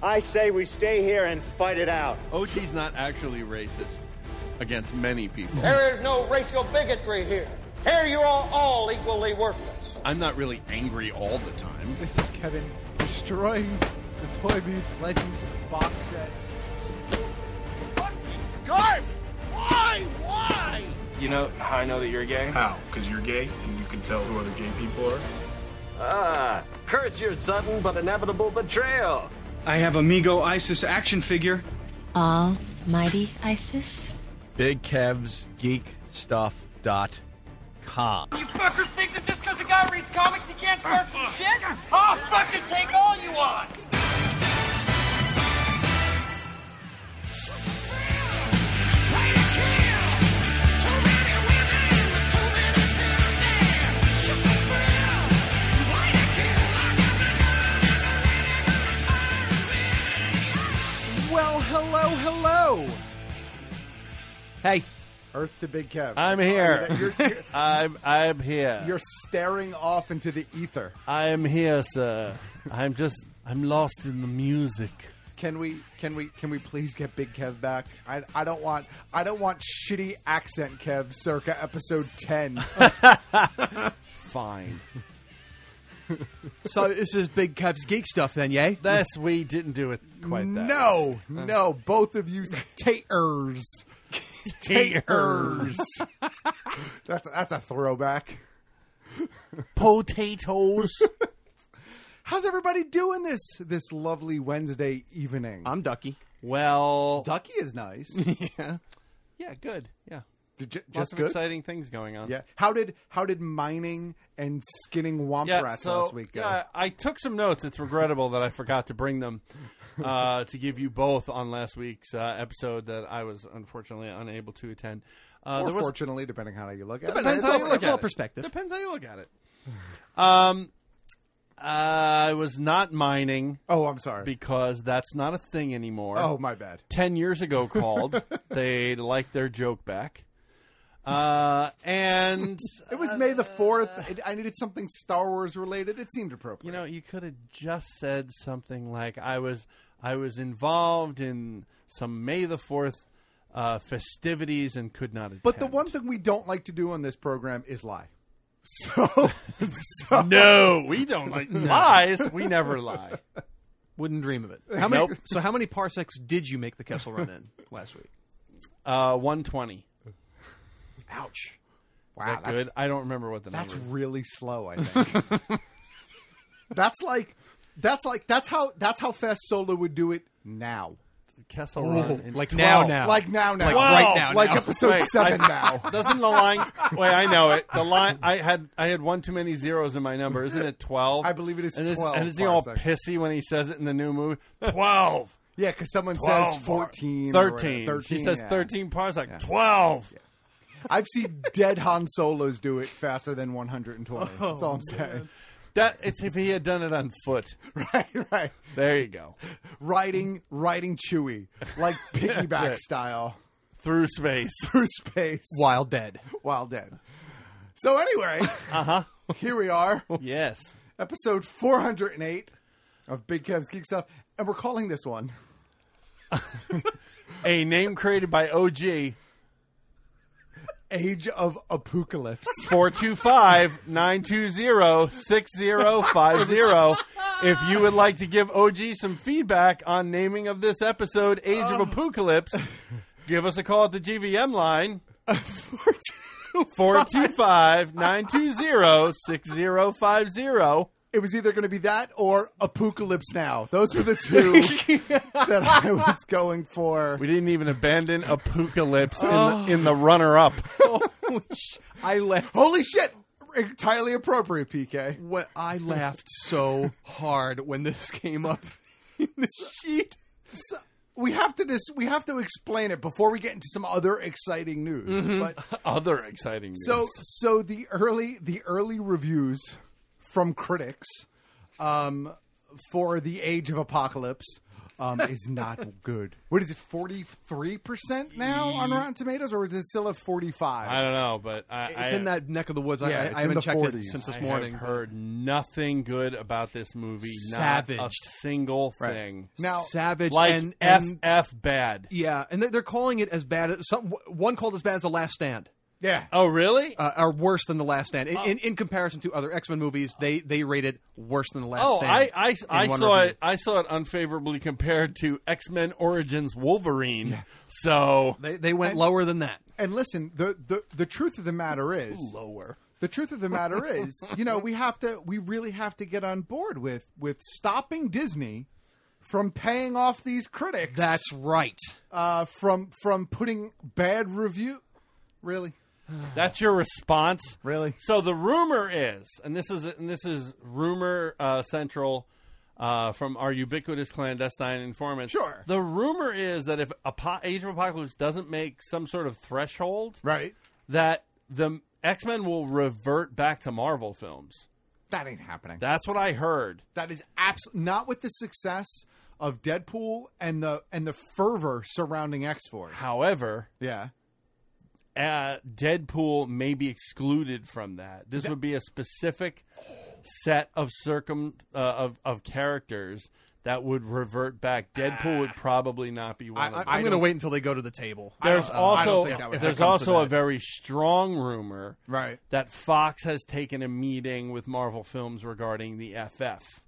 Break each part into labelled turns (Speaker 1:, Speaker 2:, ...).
Speaker 1: I say we stay here and fight it out.
Speaker 2: OG's not actually racist against many people.
Speaker 3: There is no racial bigotry here. Here you are all equally worthless.
Speaker 2: I'm not really angry all the time.
Speaker 4: This is Kevin destroying the Toy Biz Legends box set.
Speaker 5: You know how I know that you're gay?
Speaker 6: How? Because you're gay and you can tell who other gay people are?
Speaker 7: Ah, curse your sudden but inevitable betrayal.
Speaker 8: I have Amigo Isis action figure.
Speaker 9: Almighty Isis?
Speaker 2: Big Kev's Geek Stuff dot com.
Speaker 10: You fuckers think that just because a guy reads comics he can't start some shit? I'll fucking take all you want!
Speaker 2: Well, hello, hello. Hey,
Speaker 4: Earth to Big Kev.
Speaker 2: I'm
Speaker 4: You're-
Speaker 2: here.
Speaker 4: You're, you're-
Speaker 2: I'm I'm here.
Speaker 4: you're staring off into the ether.
Speaker 2: I am here, sir. I'm just I'm lost in the music.
Speaker 4: Can we? Can we? Can we please get Big Kev back? I, I don't want. I don't want shitty accent Kev circa episode ten.
Speaker 2: Fine.
Speaker 11: So this is Big Kev's geek stuff, then, yeah?
Speaker 2: This we didn't do it quite that.
Speaker 4: no, no, both of you taters.
Speaker 11: er,
Speaker 2: taters,
Speaker 4: That's that's a throwback.
Speaker 2: potatoes.
Speaker 4: How's everybody doing this this lovely Wednesday evening?
Speaker 11: I'm Ducky.
Speaker 2: Well,
Speaker 4: Ducky is nice.
Speaker 11: Yeah.
Speaker 2: yeah, good. Yeah,
Speaker 4: Did ju-
Speaker 2: lots
Speaker 4: just
Speaker 2: of
Speaker 4: good.
Speaker 2: exciting things going on.
Speaker 4: Yeah. How did how did mining and skinning womp
Speaker 2: yeah.
Speaker 4: rats
Speaker 2: So
Speaker 4: last week go?
Speaker 2: yeah, I took some notes. It's regrettable that I forgot to bring them uh, to give you both on last week's uh, episode that I was unfortunately unable to attend. Uh,
Speaker 4: or
Speaker 2: there was
Speaker 4: fortunately, depending on how you look at
Speaker 2: Depends
Speaker 4: it.
Speaker 2: how you look
Speaker 11: it's
Speaker 2: at
Speaker 11: all
Speaker 2: it.
Speaker 11: perspective.
Speaker 2: Depends how you look at it. Um, uh, I was not mining
Speaker 4: Oh, I'm sorry.
Speaker 2: because that's not a thing anymore.
Speaker 4: oh, my bad.
Speaker 2: 10 years ago called. They'd like their joke back. Uh, and,
Speaker 4: It was May the fourth. I needed something Star Wars related. It seemed appropriate.
Speaker 2: you know, you could have just said something like, I was, I was involved in some May the 4th uh, festivities and could not attend.
Speaker 4: but the one thing we don't like to do on this program is lie. So, so
Speaker 2: No, we don't like lies. We never lie.
Speaker 11: Wouldn't dream of it. How many, So how many parsecs did you make the Kessel run in last week?
Speaker 2: Uh, 120.
Speaker 11: Ouch.
Speaker 2: Is
Speaker 11: Ah,
Speaker 2: that
Speaker 4: that's-
Speaker 2: good? I don't remember what the
Speaker 4: That's
Speaker 2: number.
Speaker 4: really slow, I think. that's like that's like that's how that's how fast Solo would do it now.
Speaker 2: Kessel Run. in
Speaker 11: Oh, like
Speaker 2: 12.
Speaker 11: now, now.
Speaker 4: Like now now.
Speaker 11: Like
Speaker 2: Wow.
Speaker 11: right now.
Speaker 4: Like
Speaker 11: now.
Speaker 4: episode
Speaker 2: Wait,
Speaker 4: seven
Speaker 2: I-
Speaker 4: now.
Speaker 2: Doesn't the line? Wait, I know it. The line. I had I had one too many zeros in my number. Isn't it twelve?
Speaker 4: I believe it is
Speaker 2: and is-
Speaker 4: 12
Speaker 2: And isn't he all
Speaker 4: parsecs.
Speaker 2: pissy when he says it in the new movie? Twelve.
Speaker 4: Yeah, because someone
Speaker 2: 12
Speaker 4: says 14. or whatever.
Speaker 2: Thirteen.
Speaker 4: 13.
Speaker 2: She says
Speaker 4: yeah.
Speaker 2: thirteen parsec. Twelve.
Speaker 4: I've seen dead Han Solos do it faster than 120.
Speaker 2: Oh,
Speaker 4: That's all I'm saying.
Speaker 2: That it's if he had done it on foot.
Speaker 4: right, right.
Speaker 2: There you go.
Speaker 4: Riding, riding Chewy, like piggyback
Speaker 2: it.
Speaker 4: style
Speaker 2: Through space.
Speaker 4: through space
Speaker 11: While dead.
Speaker 4: while dead. So, anyway, uh huh. Here we are,
Speaker 2: yes.
Speaker 4: episode 408 of Big Kev's Geek Stuff, and we're calling this one
Speaker 2: A name created by OG.
Speaker 4: Age of Apocalypse.
Speaker 2: 425 920 6050. If you would like to give OG some feedback on naming of this episode, Age
Speaker 11: Um.
Speaker 2: of Apocalypse, give us a call at the GVM line 425 920 6050.
Speaker 4: It was either going to be that or Apocalypse Now. Those were the two that I was going for.
Speaker 2: We didn't even abandon Apocalypse in, the, in the runner up.
Speaker 11: Oh. I laughed.
Speaker 4: Holy shit! Entirely appropriate, PK.
Speaker 11: What I laughed so hard when this came up.
Speaker 4: in this sheet. So we have to dis- we have to explain it before we get into some other exciting news.
Speaker 2: Mhm.
Speaker 4: But
Speaker 2: Other exciting news.
Speaker 4: so so the early the early reviews from critics um, for the Age of Apocalypse um, is not good. What is it? Forty three percent now on Rotten Tomatoes, or is it still at forty five?
Speaker 2: I don't know, but I,
Speaker 4: It's
Speaker 2: I-
Speaker 4: in that neck of the woods. I- I- I
Speaker 2: it's in
Speaker 4: haven't
Speaker 2: the
Speaker 4: checked it since this
Speaker 2: I
Speaker 4: morning,
Speaker 2: Have
Speaker 4: but-
Speaker 2: heard nothing good about this movie.
Speaker 11: Savage.
Speaker 2: Not a single
Speaker 11: Right.
Speaker 2: thing.
Speaker 11: Now- Savage
Speaker 2: like
Speaker 11: and-
Speaker 2: f
Speaker 11: and-
Speaker 2: f bad.
Speaker 11: Yeah, and they're, they're calling it as bad as some. One called as bad as the Last Stand.
Speaker 4: Yeah.
Speaker 2: Oh, really? Oh.
Speaker 11: Uh, are worse than the Last Stand in, in, in comparison to other X Men movies. They they rated worse than the Last
Speaker 2: Oh,
Speaker 11: Stand.
Speaker 2: I I,
Speaker 11: in
Speaker 2: I
Speaker 11: one
Speaker 2: saw
Speaker 11: review.
Speaker 2: it. I saw it unfavorably compared to X Men Origins Wolverine. So
Speaker 11: they they went
Speaker 4: And-
Speaker 11: lower than that.
Speaker 4: And listen, the, the the truth of the matter is
Speaker 11: lower.
Speaker 4: The truth of the matter is, you know, we have to we really have to get on board with with stopping Disney from paying off these critics.
Speaker 11: That's right.
Speaker 4: Uh, from from putting bad review. Really,
Speaker 2: That's your response,
Speaker 4: really.
Speaker 2: So the rumor is, and this is and this is rumor uh, central uh, from our ubiquitous clandestine informant. Sure. The rumor is that if Apo- Age of Apocalypse doesn't make some sort of threshold,
Speaker 4: right,
Speaker 2: that the X Men will revert back to Marvel films.
Speaker 4: that ain't happening.
Speaker 2: That's what I heard.
Speaker 4: That is absolutely not with the success of Deadpool and the and the fervor surrounding X Force.
Speaker 2: However,
Speaker 4: yeah,
Speaker 2: uh, Deadpool may be excluded from that. This would be a specific set of circum uh, of of characters that would revert back. Deadpool would probably not be one.
Speaker 11: I,
Speaker 2: of
Speaker 11: am
Speaker 2: them.
Speaker 11: going to wait until they go to the table.
Speaker 2: There's also there's also a
Speaker 11: very
Speaker 2: very strong rumor
Speaker 4: Right.
Speaker 2: that Fox has taken a meeting with Marvel Films regarding the FF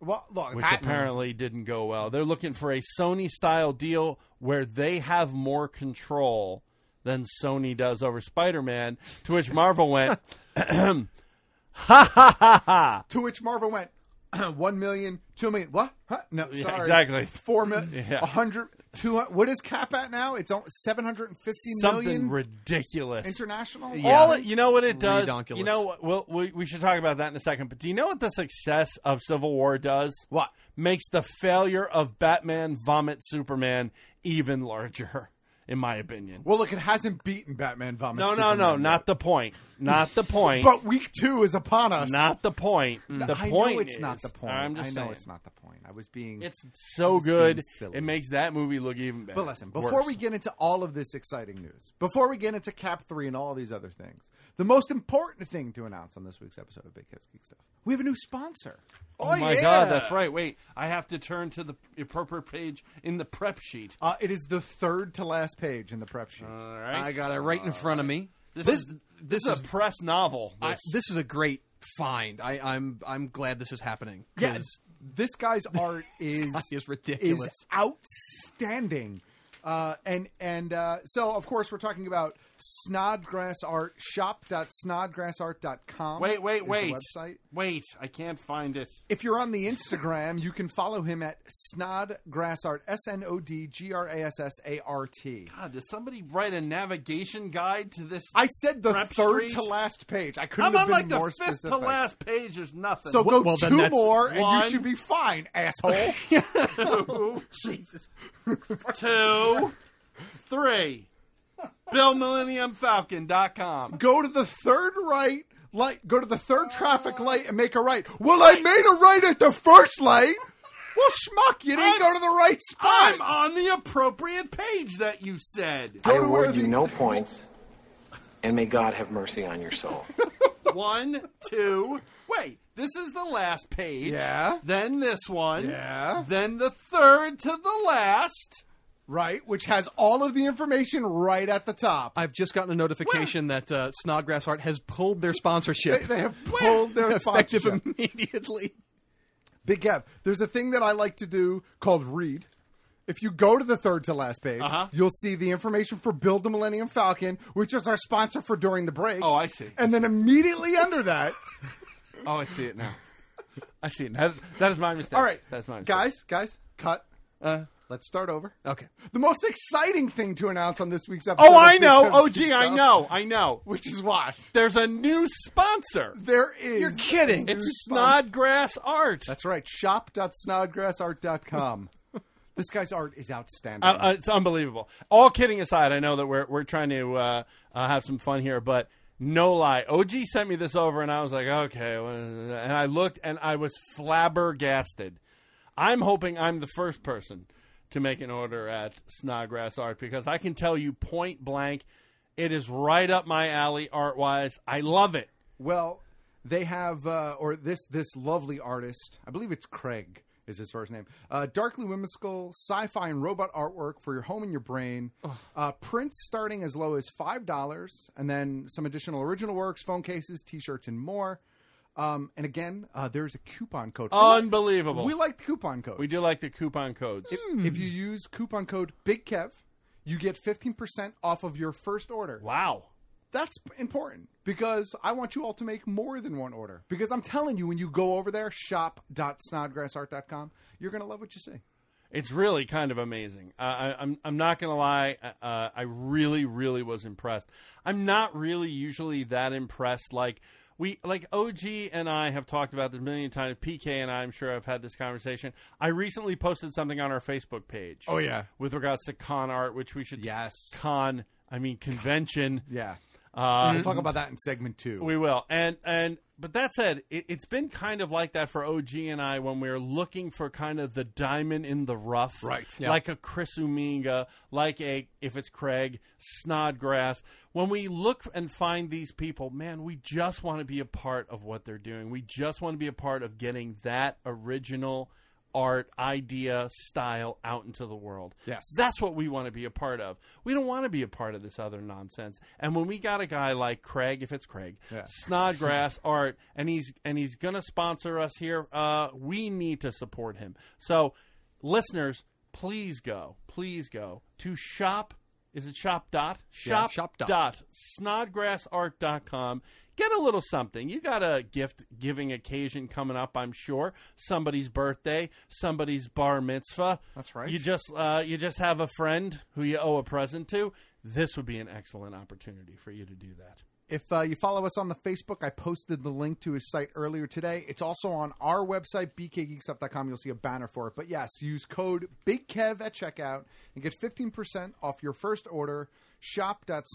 Speaker 4: Well, look,
Speaker 2: which
Speaker 4: I-
Speaker 2: apparently didn't go well. They're looking for a Sony style deal where they have more control than Sony does over Spider Man. To which Marvel went, ha ha ha ha.
Speaker 4: To which Marvel went, one million, two million, what? Huh? No,
Speaker 2: Yeah,
Speaker 4: sorry,
Speaker 2: exactly.
Speaker 4: four million,
Speaker 2: Yeah.
Speaker 4: a hundred, two hundred. What is cap at now? It's seven hundred and fifty
Speaker 2: Something
Speaker 4: million.
Speaker 2: ridiculous.
Speaker 4: International?
Speaker 2: All
Speaker 4: Yeah.
Speaker 2: it, you know what it does.
Speaker 4: Redonkulous.
Speaker 2: You know what? We'll, we we should talk about that in a second. But do you know what the success of Civil War does? What makes the failure of Batman vomit Superman even larger, in my opinion.
Speaker 4: Well, look, it hasn't beaten Batman Vomit.
Speaker 2: No, no, no,
Speaker 4: Superman.
Speaker 2: not the point. Not the point.
Speaker 4: But week two is upon us.
Speaker 2: Not the point. The
Speaker 4: Mm. I
Speaker 2: point
Speaker 4: know it's not
Speaker 2: is-
Speaker 4: the point.
Speaker 2: I'm
Speaker 4: I
Speaker 2: just
Speaker 4: know
Speaker 2: saying.
Speaker 4: it's not the point. I was being.
Speaker 2: It's
Speaker 4: I
Speaker 2: so
Speaker 4: was being
Speaker 2: good.
Speaker 4: silly.
Speaker 2: It makes that movie look even better.
Speaker 4: But listen, before
Speaker 2: Worse.
Speaker 4: we get into all of this exciting news, before we get into Cap 3 and all these other things, the most important thing to announce on this week's episode of Big Kids Geek Stuff we have a new sponsor.
Speaker 2: Oh, my
Speaker 4: yeah.
Speaker 2: god, that's right. Wait, I have to turn to the appropriate page in the prep sheet.
Speaker 4: Uh, it is the third to last page in the prep sheet. All
Speaker 2: right.
Speaker 11: I got it right in front of me.
Speaker 2: This is- this is a press novel.
Speaker 11: I-
Speaker 2: This.
Speaker 11: This. is a great find. I, I'm I'm glad this is happening.
Speaker 4: Yes, this guy's art is
Speaker 11: guy is ridiculous.
Speaker 4: is outstanding. Uh, and and uh, so of course we're talking about Snodgrass Art shop.snodgrassart.com.
Speaker 2: Wait,
Speaker 4: is
Speaker 2: wait,
Speaker 4: the
Speaker 2: wait.
Speaker 4: website.
Speaker 2: Wait, I can't find it.
Speaker 4: If you're on the Instagram, you can follow him at Snodgrassart S N O D G R A S S A R T.
Speaker 2: God, did somebody write a navigation guide to this?
Speaker 4: I said the
Speaker 2: prep
Speaker 4: third to
Speaker 2: street?
Speaker 4: last page. I couldn't
Speaker 2: I'm
Speaker 4: have
Speaker 2: on
Speaker 4: been
Speaker 2: like the
Speaker 4: more
Speaker 2: fifth
Speaker 4: specific.
Speaker 2: to last page. There's nothing.
Speaker 4: So go
Speaker 11: Well, then
Speaker 4: two
Speaker 11: that's-
Speaker 4: more, and
Speaker 2: One.
Speaker 4: you should be fine, asshole.
Speaker 2: two, two, three. BillMillenniumFalcon.com.
Speaker 4: go to the third right light go to the third traffic light and make a right well i made a right at the first light well schmuck you didn't go to the right spot
Speaker 2: I'm on the appropriate page that you said.
Speaker 12: I award you no points, and may God have mercy on your soul.
Speaker 2: One, two. Wait, this is the last page.
Speaker 12: Yeah.
Speaker 2: Then this one.
Speaker 4: Yeah.
Speaker 2: Then the third to the last.
Speaker 4: right which has all of the information right at the top
Speaker 11: I've just gotten a notification that uh, Snodgrass Art has pulled their sponsorship.
Speaker 4: they, they have pulled their
Speaker 11: effective
Speaker 4: sponsorship.
Speaker 11: immediately.
Speaker 4: big gap there's a thing that i like to do called read if you go to the third to last page,
Speaker 2: Uh-huh.
Speaker 4: you'll see the information for Build the Millennium Falcon, which is our sponsor for during the break.
Speaker 2: Oh, I see.
Speaker 4: And then immediately under that,
Speaker 2: Oh, I see it now. I see it. That, that is my mistake.
Speaker 4: all right,
Speaker 2: That's my mistake.
Speaker 4: guys, guys, cut.
Speaker 2: Uh,
Speaker 4: Let's start over.
Speaker 11: Okay.
Speaker 4: The most exciting thing to announce on this week's episode.
Speaker 2: Oh, I
Speaker 4: of
Speaker 2: know.
Speaker 4: Big Time
Speaker 2: Oh, gee, I
Speaker 4: Stuff.
Speaker 2: know. I know.
Speaker 4: Which is why
Speaker 2: there's a new sponsor.
Speaker 4: There is.
Speaker 11: You're kidding.
Speaker 4: a
Speaker 2: It's
Speaker 4: new
Speaker 2: Snodgrass Art.
Speaker 4: That's right. Shop.snodgrassart.com. this guy's art is outstanding.
Speaker 2: Uh, uh, it's unbelievable. All kidding aside, I know that we're we're trying to uh, uh, have some fun here, but no lie, OG sent me this over, and I was like, okay, well, and I looked, and I was flabbergasted. I'm hoping I'm the first person to make an order at Snodgrass Art because I can tell you point blank, it is right up my alley art wise. I love it.
Speaker 4: Well, they have uh, or this this lovely artist, I believe it's Craig is his first name. Uh, darkly whimsical sci-fi and robot artwork for your home and your brain. Uh, prints starting as low as five dollars, and then some additional original works, phone cases, T-shirts, and more. Um, and again, uh, there's a coupon code.
Speaker 2: Unbelievable.
Speaker 4: We like Mm. the coupon code.
Speaker 2: We do like the coupon codes.
Speaker 4: If you use coupon code Big Kev, you get fifteen percent off of your first order.
Speaker 2: Wow.
Speaker 4: That's important because I want you all to make more than one order. Because I'm telling you, when you go over there, shop.snodgrassart.com, you're going to love what you see.
Speaker 2: It's really kind of amazing. Uh, I, I'm I'm not gonna lie. Uh, I really really was impressed. I'm not really usually that impressed. Like we like OG and I have talked about this a million times. PK and I, I'm sure I've had this conversation. I recently posted something on our Facebook page.
Speaker 4: Oh, yeah.
Speaker 2: with regards to con art, which we should yes con. I mean convention.
Speaker 4: Yeah.
Speaker 2: Uh,
Speaker 4: we'll talk about that in segment two.
Speaker 2: we will. And and but that said, it, it's been kind of like that for OG and I when we are looking for kind of the diamond in the rough,
Speaker 11: Right. Yeah.
Speaker 2: Like a Chris Uminga, like a if it's Craig Snodgrass. When we look and find these people, man, we just want to be a part of what they're doing. We just want to be a part of getting that original art idea style out into the world.
Speaker 4: Yes.
Speaker 2: That's what we want to be a part of. We don't want to be a part of this other nonsense. And when we got a guy like Craig, if it's Craig,
Speaker 4: Yeah.
Speaker 2: Snodgrass Art, and he's and he's gonna sponsor us here, uh, we need to support him. So listeners, please go. Please go to shop is it shop dot?
Speaker 11: Yeah,
Speaker 2: Shop,
Speaker 11: shop dot.
Speaker 2: dot snodgrassart.com. Get a little something. You got a gift giving occasion coming up, I'm sure. Somebody's birthday, somebody's bar mitzvah.
Speaker 4: That's right.
Speaker 2: You just uh, you just have a friend who you owe a present to. This would be an excellent opportunity for you to do that.
Speaker 4: If uh, you follow us on the Facebook, I posted the link to his site earlier today. It's also on our website, bkgeekstuff.com. You'll see a banner for it. But yes, use code BIGKEV at checkout and get 15% off your first order,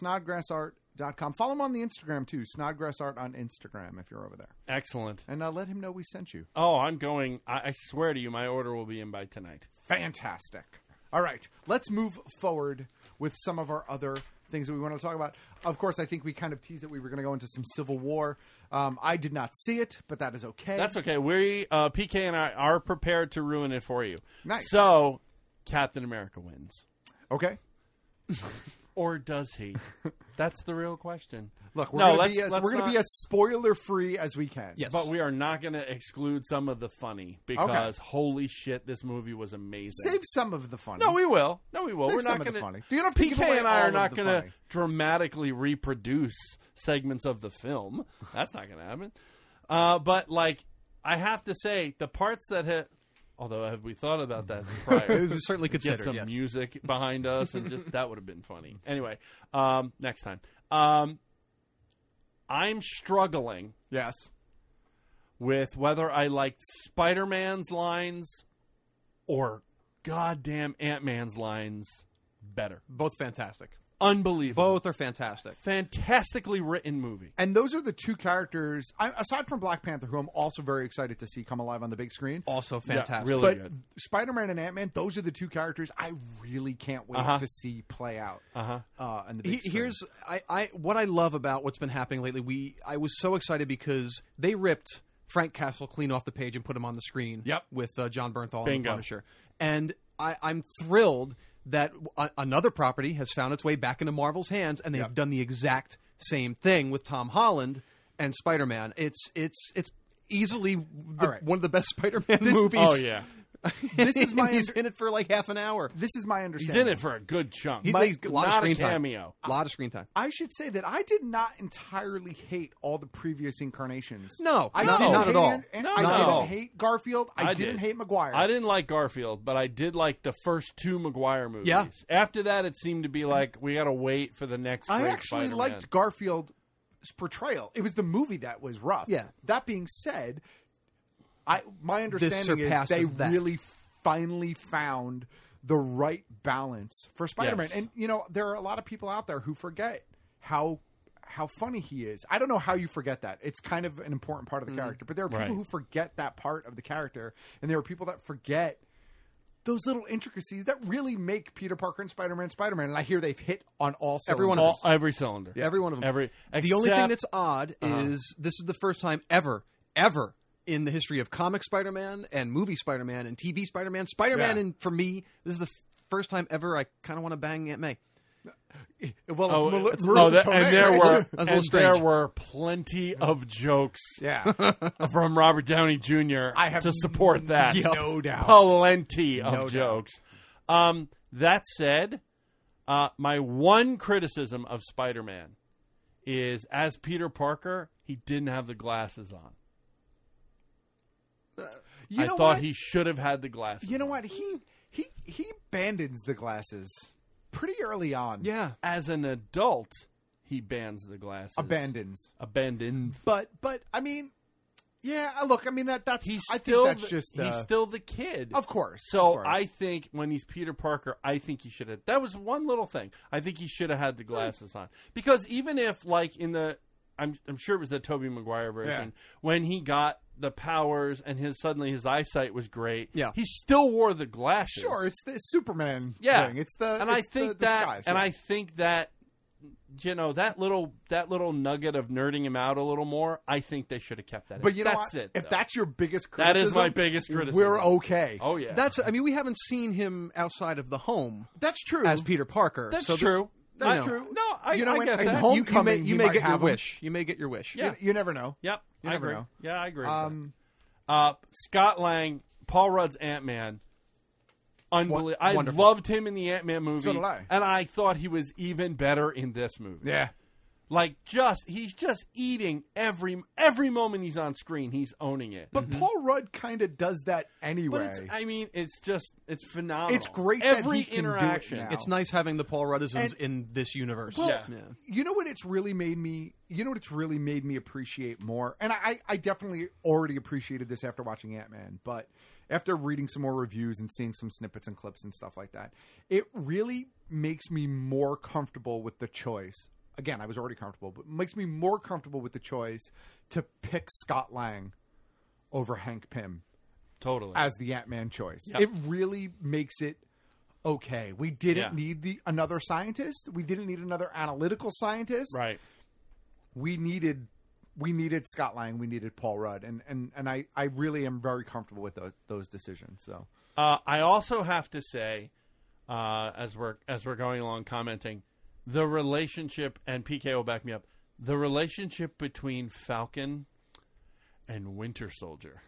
Speaker 4: shop.snodgrassart.com. Follow him on the Instagram, too, snodgrassart on Instagram if you're over there.
Speaker 2: Excellent.
Speaker 4: And uh, let him know we sent you.
Speaker 2: Oh, I'm going. I, I swear to you, my order will be in by tonight.
Speaker 4: Fantastic. All right, let's move forward with some of our other things that we want to talk about. Of course, I think we kind of teased that we were going to go into some Civil War. Um, I did not see it, but that is okay.
Speaker 2: That's okay. We uh, PK and I are prepared to ruin it for you.
Speaker 4: Nice.
Speaker 2: So Captain America wins,
Speaker 4: okay.
Speaker 2: or does he? That's the real question.
Speaker 4: Look, we're
Speaker 2: No,
Speaker 4: going
Speaker 2: let's-
Speaker 4: to be as,
Speaker 2: let's uh,
Speaker 4: we're going to be
Speaker 2: not-
Speaker 4: as spoiler free as we can.
Speaker 11: Yes.
Speaker 2: But we are not going to exclude some of the funny because holy shit, this movie was amazing.
Speaker 4: Save some of the fun.
Speaker 2: no, we will. No, we will.
Speaker 4: Save
Speaker 2: We're not
Speaker 4: some of the
Speaker 2: going
Speaker 4: funny. You don't have to give
Speaker 2: PK
Speaker 4: away
Speaker 2: and I
Speaker 4: all
Speaker 2: are
Speaker 4: of
Speaker 2: not
Speaker 4: the
Speaker 2: going to
Speaker 4: funny.
Speaker 2: dramatically reproduce segments of the film. That's not going to happen. Uh, but like, I have to say, the parts that hit. Although have we thought about that prior?
Speaker 11: It was certainly
Speaker 2: Get
Speaker 11: considered,
Speaker 2: some
Speaker 11: yes.
Speaker 2: music behind us, and just that would have been funny. Anyway, um, next time. Um, I'm struggling
Speaker 4: Yes.
Speaker 2: with whether I liked Spider Man's lines or goddamn Ant Man's lines better.
Speaker 11: Both fantastic.
Speaker 2: Unbelievable.
Speaker 11: Both are fantastic.
Speaker 2: Fantastically written movie.
Speaker 4: And those are the two characters, I, aside from Black Panther, who I'm also very excited to see come alive on the big screen.
Speaker 11: Also
Speaker 2: Yeah,
Speaker 11: fantastic.
Speaker 2: really
Speaker 4: but
Speaker 2: good.
Speaker 4: Spider Man and Ant Man, those are the two characters I really can't wait
Speaker 2: Uh-huh.
Speaker 4: to see play out.
Speaker 2: Uh-huh.
Speaker 4: Uh And the big
Speaker 11: He-
Speaker 4: screen.
Speaker 11: here's I, I what I love about what's been happening lately. We I was so excited because they ripped Frank Castle clean off the page and put him on the screen.
Speaker 2: Yep.
Speaker 11: with uh, John Bernthal and
Speaker 2: Bingo.
Speaker 11: the Punisher, and I, I'm thrilled that a- another property has found its way back into Marvel's hands, and they've
Speaker 4: Yep.
Speaker 11: done the exact same thing with Tom Holland and Spider Man. It's it's it's easily the,
Speaker 4: All right.
Speaker 11: one of the best Spider Man movies.
Speaker 2: Oh, yeah.
Speaker 11: this is my he's in it for like half an hour.
Speaker 4: This is my
Speaker 2: He's
Speaker 4: understanding.
Speaker 2: in it for a good chunk.
Speaker 11: He's,
Speaker 2: My-
Speaker 11: he's got a lot
Speaker 2: not
Speaker 11: of screen
Speaker 2: a cameo.
Speaker 11: time. A lot of screen time.
Speaker 4: I should say that I did not entirely hate all the previous incarnations.
Speaker 11: No,
Speaker 4: I
Speaker 11: no,
Speaker 4: didn't
Speaker 11: not at
Speaker 4: hate
Speaker 11: all.
Speaker 4: An- an-
Speaker 2: No,
Speaker 4: I
Speaker 2: no.
Speaker 4: didn't hate Garfield. I, didn't
Speaker 2: did.
Speaker 4: hate McGuire.
Speaker 2: I didn't like Garfield, but I did like the first two McGuire movies.
Speaker 4: Yeah.
Speaker 2: After that, it seemed to be like we got to wait for the next.
Speaker 4: I
Speaker 2: great
Speaker 4: actually
Speaker 2: Spider-Man.
Speaker 4: liked Garfield's portrayal. It was the movie that was rough.
Speaker 11: Yeah.
Speaker 4: That being said, I my understanding is
Speaker 11: surpasses
Speaker 4: they
Speaker 11: that.
Speaker 4: really finally found the right balance for Spider-Man.
Speaker 11: Yes.
Speaker 4: And you know, there are a lot of people out there who forget how how funny he is. I don't know how you forget that. It's kind of an important part of the
Speaker 11: Mhm.
Speaker 4: character, but there are people
Speaker 11: Right.
Speaker 4: who forget that part of the character and there are people that forget those little intricacies that really make Peter Parker and Spider-Man Spider-Man. And I hear they've hit on all cylinders.
Speaker 11: Every one of
Speaker 2: All- every cylinder.
Speaker 11: Every one of them.
Speaker 2: Every-
Speaker 11: the only thing
Speaker 2: except-
Speaker 11: that's odd
Speaker 2: Uh-huh.
Speaker 11: is this is the first time ever, ever in the history of comic Spider-Man and movie Spider-Man and TV Spider-Man, Spider-Man,
Speaker 4: Yeah.
Speaker 11: and for me, this is the f- first time ever I kind of want to bang Aunt May.
Speaker 4: Well, it's
Speaker 2: Oh,
Speaker 4: Mel-
Speaker 2: it's-
Speaker 4: Marissa
Speaker 2: oh, that-
Speaker 4: Tomei,
Speaker 2: and there
Speaker 4: right?
Speaker 2: were
Speaker 11: That's a little
Speaker 2: and there
Speaker 11: strange.
Speaker 2: were plenty of jokes,
Speaker 4: Yeah.
Speaker 2: from Robert Downey Jr.
Speaker 4: I have
Speaker 2: to support that,
Speaker 4: no doubt.
Speaker 2: plenty of
Speaker 4: No doubt.
Speaker 2: jokes. Um, that said, uh, my one criticism of Spider-Man is as Peter Parker, he didn't have the glasses on.
Speaker 4: You
Speaker 2: I
Speaker 4: know
Speaker 2: thought
Speaker 4: what?
Speaker 2: he should have had the glasses.
Speaker 4: You know what? He he he abandons the glasses pretty early on.
Speaker 11: Yeah.
Speaker 2: As an adult, he bans the glasses.
Speaker 4: Abandons.
Speaker 2: Abandoned.
Speaker 4: But but I mean, yeah. uh, Look, I mean that that's
Speaker 2: He's
Speaker 4: I
Speaker 2: still
Speaker 4: think that's
Speaker 2: the-
Speaker 4: just
Speaker 2: he's
Speaker 4: uh,
Speaker 2: still the kid,
Speaker 4: of course.
Speaker 2: So
Speaker 4: of course.
Speaker 2: I think when he's Peter Parker, I think he should have. That was one little thing. I think he should have had the glasses on because even if like in the, I'm I'm sure it was the Toby Maguire version when he got the powers and his suddenly his eyesight was great. Yeah, he still wore the glasses.
Speaker 4: sure it's the Superman
Speaker 2: yeah,
Speaker 4: thing. It's the
Speaker 2: and I
Speaker 4: it's the
Speaker 2: think that
Speaker 4: disguise,
Speaker 2: and
Speaker 4: yeah.
Speaker 2: I think that you know that little that little nugget of nerding him out a little more. I think they should have kept that. in.
Speaker 4: But you know
Speaker 2: that's
Speaker 4: what?
Speaker 2: it.
Speaker 4: If
Speaker 2: though.
Speaker 4: that's your biggest
Speaker 2: That
Speaker 4: criticism,
Speaker 2: is my biggest criticism.
Speaker 4: We're okay.
Speaker 2: Oh yeah,
Speaker 11: That's I mean we haven't seen him outside of the home.
Speaker 4: That's true.
Speaker 11: As Peter Parker.
Speaker 2: That's
Speaker 11: so that-
Speaker 2: true.
Speaker 11: you
Speaker 2: That's
Speaker 11: know.
Speaker 2: true. No, I-
Speaker 4: you know
Speaker 2: I
Speaker 4: when-
Speaker 2: get
Speaker 4: in
Speaker 2: that. You- you
Speaker 4: Homecoming,
Speaker 11: You may
Speaker 4: might
Speaker 11: get your
Speaker 4: have 'em.
Speaker 11: wish. You may get your wish.
Speaker 2: Yeah.
Speaker 4: You, you never know.
Speaker 2: Yep,
Speaker 4: You
Speaker 2: I
Speaker 4: never
Speaker 2: agree.
Speaker 4: know.
Speaker 2: Yeah, I agree. with
Speaker 4: Um,
Speaker 2: that. Uh, Scott Lang, Paul Rudd's Ant Man, unbelievable. I
Speaker 4: wonderful.
Speaker 2: loved him in the Ant Man movie,
Speaker 4: So did I.
Speaker 2: and I thought he was even better in this movie.
Speaker 4: Yeah.
Speaker 2: like just he's just eating every every moment he's on screen. He's owning it.
Speaker 4: But Paul Rudd kind of does that anyway.
Speaker 2: But it's, I mean, it's just it's phenomenal.
Speaker 4: It's great that
Speaker 2: Every
Speaker 4: he can do it
Speaker 2: interaction.
Speaker 4: now.
Speaker 11: It's nice having the Paul Ruddisms
Speaker 4: And-
Speaker 11: in this universe.
Speaker 4: Well, You know what it's really made me. You know what it's really made me appreciate more. And I, I, I definitely already appreciated this after watching Ant Man, but after reading some more reviews and seeing some snippets and clips and stuff like that, it really makes me more comfortable with the choice. Again, I was already comfortable, but makes me more comfortable with the choice to pick Scott Lang over Hank Pym
Speaker 2: Totally.
Speaker 4: as the Ant Man choice.
Speaker 2: Yep.
Speaker 4: It really makes it okay. We didn't
Speaker 2: Yeah.
Speaker 4: need the another scientist. We didn't need another analytical scientist.
Speaker 2: right.
Speaker 4: We needed we needed Scott Lang. We needed Paul Rudd. And and and I I really am very comfortable with those those decisions. So
Speaker 2: Uh, I also have to say, uh, as we're as we're going along commenting, the relationship and PK will back me up. The relationship between Falcon and Winter Soldier,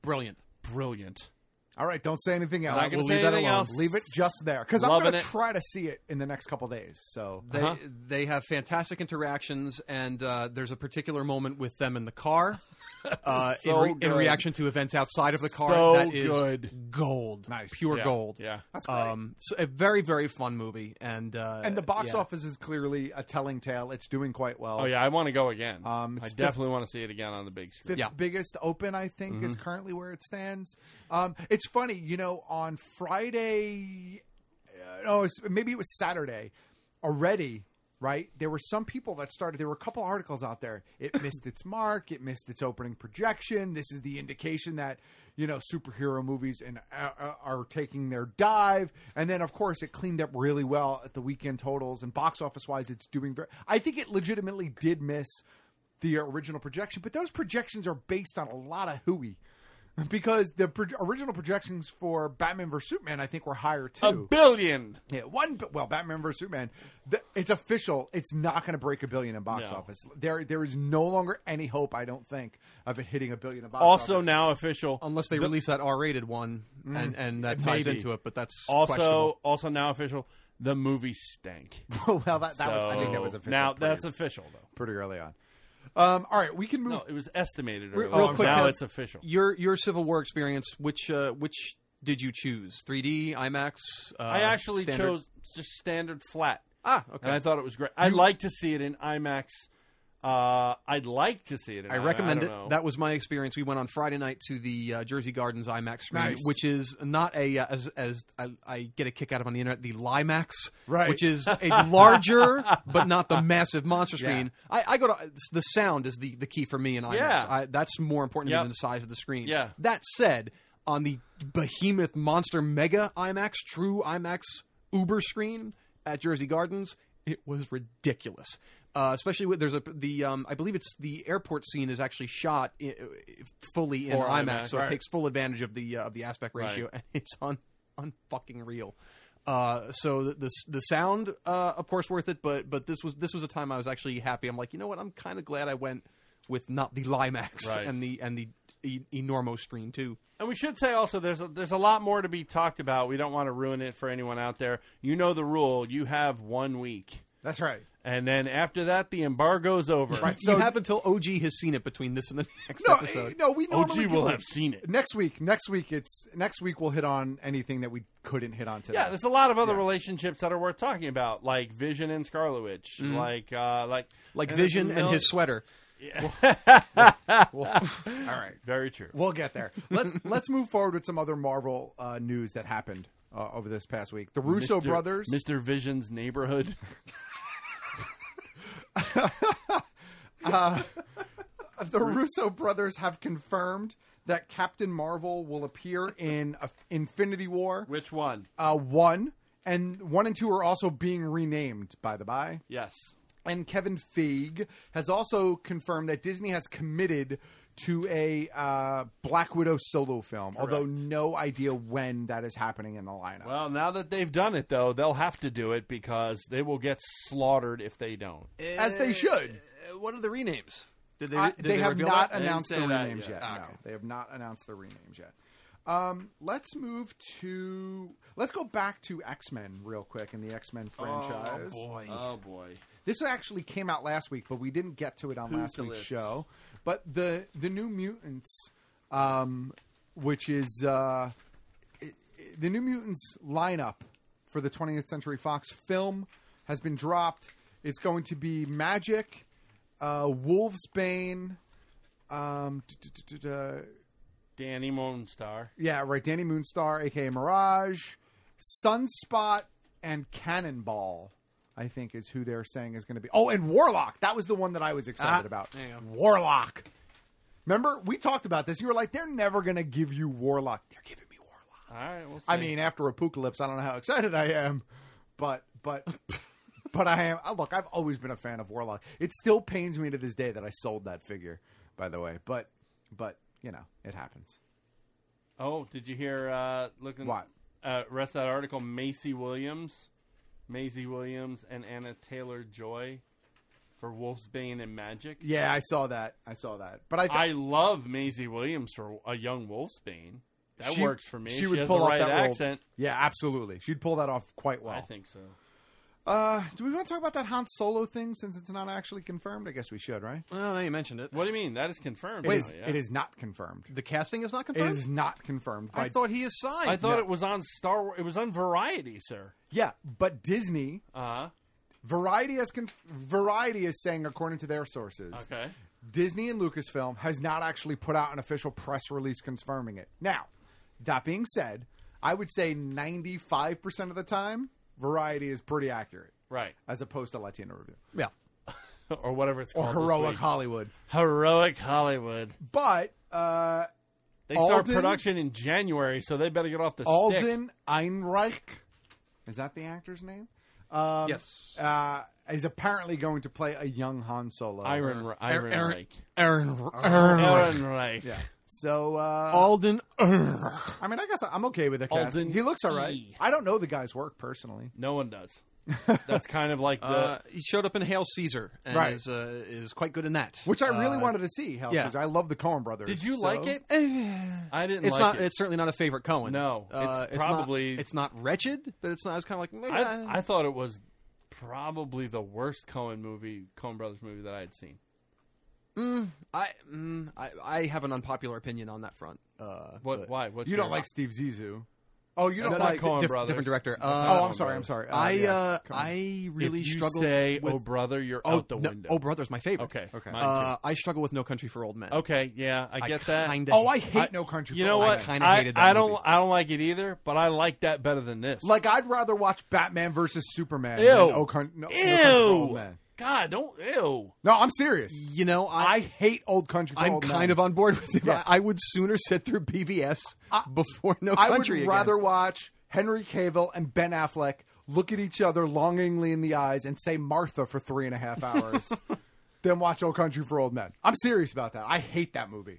Speaker 11: brilliant,
Speaker 2: brilliant.
Speaker 4: all right, don't say anything else.
Speaker 2: Not gonna We'll say leave that anything alone. else.
Speaker 4: Leave it just there because I'm
Speaker 2: Loving
Speaker 4: going to
Speaker 2: it.
Speaker 4: try to see it in the next couple days. So
Speaker 11: They
Speaker 2: Uh-huh.
Speaker 11: they have fantastic interactions, and uh, there's a particular moment with them in the car. Uh,
Speaker 2: So
Speaker 11: in, in
Speaker 2: good.
Speaker 11: reaction to events outside of the car,
Speaker 2: So
Speaker 11: that is
Speaker 2: good.
Speaker 11: gold,
Speaker 4: Nice.
Speaker 11: pure
Speaker 2: Yeah,
Speaker 11: gold.
Speaker 2: yeah.
Speaker 4: That's great.
Speaker 11: um, so a very very fun movie, and uh,
Speaker 4: and the box
Speaker 11: yeah.
Speaker 4: office is clearly a telling tale. It's doing quite well.
Speaker 2: Oh yeah, I want to go again.
Speaker 4: Um,
Speaker 2: I
Speaker 4: it's fif-
Speaker 2: definitely want to see it again on the big screen.
Speaker 4: fifth biggest open i think is currently where it stands um, it's funny you know on friday uh, no it's, maybe it was saturday already right there were some people that started there were a couple articles out there it missed its mark it missed its opening projection this is the indication that you know superhero movies and uh, uh, are taking their dive and then of course it cleaned up really well at the weekend totals and box office wise it's doing very i think it legitimately did miss the original projection, but those projections are based on a lot of hooey. because the pro- original projections for Batman vs Superman, I think, were higher too.
Speaker 2: A billion.
Speaker 4: Yeah, one. bi- Well, Batman vs Superman, the, it's official. It's not going to break a billion in box
Speaker 2: No.
Speaker 4: office. There, there is no longer any hope. I don't think of it hitting a billion in box office.
Speaker 2: also now official
Speaker 11: unless they
Speaker 2: The-
Speaker 11: release that R-rated one,
Speaker 4: Mm.
Speaker 11: and, and that ties
Speaker 2: Maybe.
Speaker 11: into it. But that's
Speaker 2: also
Speaker 11: questionable.
Speaker 2: also now official. The movie stank.
Speaker 4: well, that, that was, I think that was official.
Speaker 2: Now
Speaker 4: pretty-
Speaker 2: that's official though.
Speaker 4: Pretty early on. Um, all right, we can move.
Speaker 2: No, it was estimated.
Speaker 11: Re-
Speaker 2: Early.
Speaker 11: real quick,
Speaker 2: now
Speaker 11: Kev,
Speaker 2: it's official.
Speaker 11: Your your Civil War experience, which uh, which did you choose? 3D, IMAX. Uh,
Speaker 2: I actually
Speaker 11: standard?
Speaker 2: chose just standard flat.
Speaker 11: Ah, okay.
Speaker 2: And I thought it was great. I'd like to see it in IMAX. Uh, I'd like to see it. in
Speaker 11: I
Speaker 2: IMAX.
Speaker 11: recommend
Speaker 2: don't
Speaker 11: it.
Speaker 2: know.
Speaker 11: That was my experience. We went on Friday night to the uh, Jersey Gardens IMAX screen,
Speaker 2: Nice.
Speaker 11: which is not a uh, as as I, I get a kick out of on the internet the Limax,
Speaker 2: Right.
Speaker 11: Which is a larger but not the massive monster screen. I, I go to the sound is the the key for me in IMAX.
Speaker 2: Yeah.
Speaker 11: I, that's more important to
Speaker 2: Yep.
Speaker 11: me than the size of the screen.
Speaker 2: Yeah.
Speaker 11: That said, on the behemoth monster mega IMAX, true IMAX Uber screen at Jersey Gardens, it was ridiculous. Uh, especially with there's a the um, I believe it's the airport scene is actually shot i- i- fully in
Speaker 2: For
Speaker 11: IMAX,
Speaker 2: IMAX,
Speaker 11: so
Speaker 2: right.
Speaker 11: it takes full advantage of the uh, of the aspect ratio,
Speaker 2: Right.
Speaker 11: and it's un unfucking real. Uh, so the, the the sound, uh, of course, worth it, but but this was this was a time I was actually happy. I'm like, you know what? I'm kind of glad I went with not the Limax
Speaker 2: Right.
Speaker 11: and the and the e- enormo screen too.
Speaker 2: And we should say also there's a, there's a lot more to be talked about. We don't want to ruin it for anyone out there. You know the rule. You have one week,
Speaker 4: That's right.
Speaker 2: and then after that the embargo's over.
Speaker 11: Right, you have until OG has seen it between this and the next
Speaker 4: No, eh,
Speaker 11: episode.
Speaker 4: no, we normally
Speaker 2: OG will
Speaker 4: do
Speaker 2: have seen it.
Speaker 4: next week. Next week, it's next week. We'll hit on anything that we couldn't hit on today.
Speaker 2: Yeah, there's a lot of other
Speaker 4: Yeah.
Speaker 2: relationships that are worth talking about, like Vision and Scarlet Witch,
Speaker 11: Mhm.
Speaker 2: like uh, like
Speaker 11: Like
Speaker 2: there's
Speaker 11: Vision
Speaker 2: a
Speaker 11: and
Speaker 2: mil-
Speaker 11: his sweater.
Speaker 2: Yeah.
Speaker 4: Well, all right,
Speaker 2: very true.
Speaker 4: We'll get there. Let's let's move forward with some other Marvel uh, news that happened uh, over this past week. The Russo
Speaker 2: Mr.
Speaker 4: brothers.
Speaker 2: Mr. Vision's neighborhood.
Speaker 4: Uh, the Russo brothers have confirmed that Captain Marvel will appear in uh, Infinity War.
Speaker 2: Which one?
Speaker 4: Uh, one and one and two are also being renamed. By the by,
Speaker 2: yes.
Speaker 4: And Kevin Feige has also confirmed that Disney has committed to a uh, Black Widow solo film, although no idea when that is happening in the lineup.
Speaker 2: Well, now that they've done it though, they'll have to do it because they will get slaughtered if they don't.
Speaker 4: As they should.
Speaker 11: Uh, What are the renames? Did
Speaker 4: I- they, have not announced the
Speaker 2: their
Speaker 4: renames yet. No, they have not announced the renames yet. Um, let's move to let's go back to X Men real quick in the X Men franchise.
Speaker 2: Oh boy.
Speaker 4: This actually came out last week, but we didn't get to it on
Speaker 2: Who's
Speaker 4: last
Speaker 2: the
Speaker 4: week's
Speaker 2: list?
Speaker 4: show. But the the New Mutants, um, which is uh, i- i- the New Mutants lineup for the 20th Century Fox film, has been dropped. It's going to be Magic, uh, Wolvesbane, um, d- d- d- d- uh,
Speaker 2: Danny Moonstar.
Speaker 4: yeah, right, Danny Moonstar, aka Mirage, Sunspot, and Cannonball. I think is who they're saying is going to be. Oh, and Warlock. That was the one that I was excited
Speaker 11: Ah,
Speaker 4: about.
Speaker 11: there you go.
Speaker 4: Warlock. Remember, we talked about this. You were like, they're never going to give you Warlock. They're giving me
Speaker 2: All right, we'll see.
Speaker 4: I mean, after Apocalypse, I don't know how excited I am, but but but I am. uh, Look, I've always been a fan of Warlock. It still pains me to this day that I sold that figure. By the way, but but you know, it happens.
Speaker 2: Oh, did you hear? Uh, looking
Speaker 4: What?
Speaker 2: Uh, rest that article. Macy Williams, Maisie Williams, and Anna Taylor Joy for Wolfsbane and Magic.
Speaker 4: Yeah, I saw that. I saw that. But I,
Speaker 2: I love Maisie Williams for a young Wolfsbane. That
Speaker 4: she-
Speaker 2: works for me.
Speaker 4: She would
Speaker 2: has
Speaker 4: pull
Speaker 2: the
Speaker 4: off
Speaker 2: right
Speaker 4: that role.
Speaker 2: accent.
Speaker 4: Yeah, absolutely. She'd pull that off quite well.
Speaker 2: I think so.
Speaker 4: Uh, do we want to talk about that Han Solo thing since it's not actually confirmed? I guess we should, right?
Speaker 11: Well, now you mentioned it.
Speaker 2: What do you mean? That is confirmed.
Speaker 4: It
Speaker 2: now,
Speaker 4: is,
Speaker 2: yeah.
Speaker 4: it is not confirmed.
Speaker 11: The casting is not
Speaker 4: It
Speaker 11: confirmed.
Speaker 4: is not confirmed.
Speaker 11: I
Speaker 4: by-
Speaker 11: thought he is signed.
Speaker 2: I thought
Speaker 4: No.
Speaker 2: it was on Star Wars. It was on Variety, sir.
Speaker 4: Yeah, but Disney
Speaker 2: Uh
Speaker 4: Variety has con- Variety is saying, according to their sources,
Speaker 2: huh. Okay.
Speaker 4: Disney and Lucasfilm has not actually put out an official press release confirming it. Now, that being said, I would say ninety five percent of the time, Variety is pretty accurate,
Speaker 2: Right.
Speaker 4: as opposed to Latino Review
Speaker 11: Yeah.
Speaker 2: or whatever it's
Speaker 4: or
Speaker 2: called. this
Speaker 4: Heroic
Speaker 2: week.
Speaker 4: Hollywood.
Speaker 2: Heroic Hollywood.
Speaker 4: But uh,
Speaker 2: They start
Speaker 4: Alden-
Speaker 2: production in January, so they better get off the stick.
Speaker 4: Alden Einreich, is that the actor's name? Um,
Speaker 11: Yes.
Speaker 4: uh, is apparently going to play a young Han Solo.
Speaker 2: Iron, Iron
Speaker 11: Aaron,
Speaker 2: Reich.
Speaker 11: Oh. Aaron, Aaron,
Speaker 2: Aaron Reich.
Speaker 4: Yeah. So uh,
Speaker 11: Alden.
Speaker 4: I mean, I guess I'm okay with the cast.
Speaker 2: Alden
Speaker 4: he looks all right.
Speaker 2: E.
Speaker 4: I don't know the guy's work personally.
Speaker 2: No one does. That's kind of like the.
Speaker 11: Uh, he showed up in Hail Caesar and
Speaker 4: Right.
Speaker 11: is, uh, is quite good in that.
Speaker 4: Which I really
Speaker 11: Uh,
Speaker 4: wanted to see. Hell,
Speaker 11: yeah.
Speaker 4: Caesar. I love the Coen Brothers.
Speaker 2: Did you
Speaker 4: so-
Speaker 2: like it?
Speaker 11: Eh.
Speaker 2: I didn't.
Speaker 11: It's
Speaker 2: like
Speaker 11: not.
Speaker 2: It.
Speaker 11: It's certainly not a favorite Cohen.
Speaker 2: No, it's
Speaker 11: Uh, not-
Speaker 2: probably-
Speaker 11: it's not wretched, but it's not. I was kind of like. "Meh."
Speaker 2: I, I thought it was probably the worst Cohen movie, Cohen Brothers movie that I had seen.
Speaker 11: Mm, I, mm, I I have an unpopular opinion on that front. Uh,
Speaker 2: What?
Speaker 11: but-
Speaker 2: why? What's
Speaker 4: You don't like Steve Zizou. Oh, you
Speaker 11: No,
Speaker 4: don't
Speaker 11: not
Speaker 4: like
Speaker 2: Coen
Speaker 11: Diff-
Speaker 2: Brothers.
Speaker 11: different director.
Speaker 2: That's
Speaker 11: Uh,
Speaker 2: not
Speaker 4: Oh,
Speaker 2: Cohen
Speaker 4: I'm sorry. I'm sorry.
Speaker 2: Brothers.
Speaker 4: Uh,
Speaker 11: I
Speaker 4: yeah,
Speaker 11: uh,
Speaker 4: Coen.
Speaker 11: I really
Speaker 2: if you
Speaker 11: struggle.
Speaker 2: say
Speaker 11: with,
Speaker 2: "Oh brother," you're
Speaker 11: oh,
Speaker 2: out the
Speaker 11: no,
Speaker 2: window.
Speaker 11: Oh, brother's my favorite.
Speaker 2: Okay, okay. Mine
Speaker 11: Uh, I struggle with No Country for Old Men.
Speaker 2: Okay, yeah, I
Speaker 11: I
Speaker 2: get that.
Speaker 11: kinda
Speaker 4: Oh, I hate No Country.
Speaker 2: You
Speaker 4: for
Speaker 2: know
Speaker 4: Old
Speaker 2: what?
Speaker 4: Men.
Speaker 11: kinda
Speaker 2: I-
Speaker 11: hated that
Speaker 2: I don't.
Speaker 11: movie.
Speaker 2: I don't like it either, but I like that better than this.
Speaker 4: Like I'd rather watch Batman versus Superman.
Speaker 2: ew,
Speaker 4: Than oh, Con- no, No Country for Old
Speaker 2: ew,
Speaker 4: Men.
Speaker 2: God, don't ew.
Speaker 4: No, I'm serious.
Speaker 11: You know, I,
Speaker 4: I hate old country. For
Speaker 11: I'm
Speaker 4: Old
Speaker 11: kind
Speaker 4: Men.
Speaker 11: of on board with you.
Speaker 4: Yeah.
Speaker 11: I I would sooner sit through BVS before No
Speaker 4: I would
Speaker 11: Country. again.
Speaker 4: rather watch Henry Cavill and Ben Affleck look at each other longingly in the eyes and say Martha for three and a half hours than watch Old Country for Old Men. I'm serious about that. I hate that movie.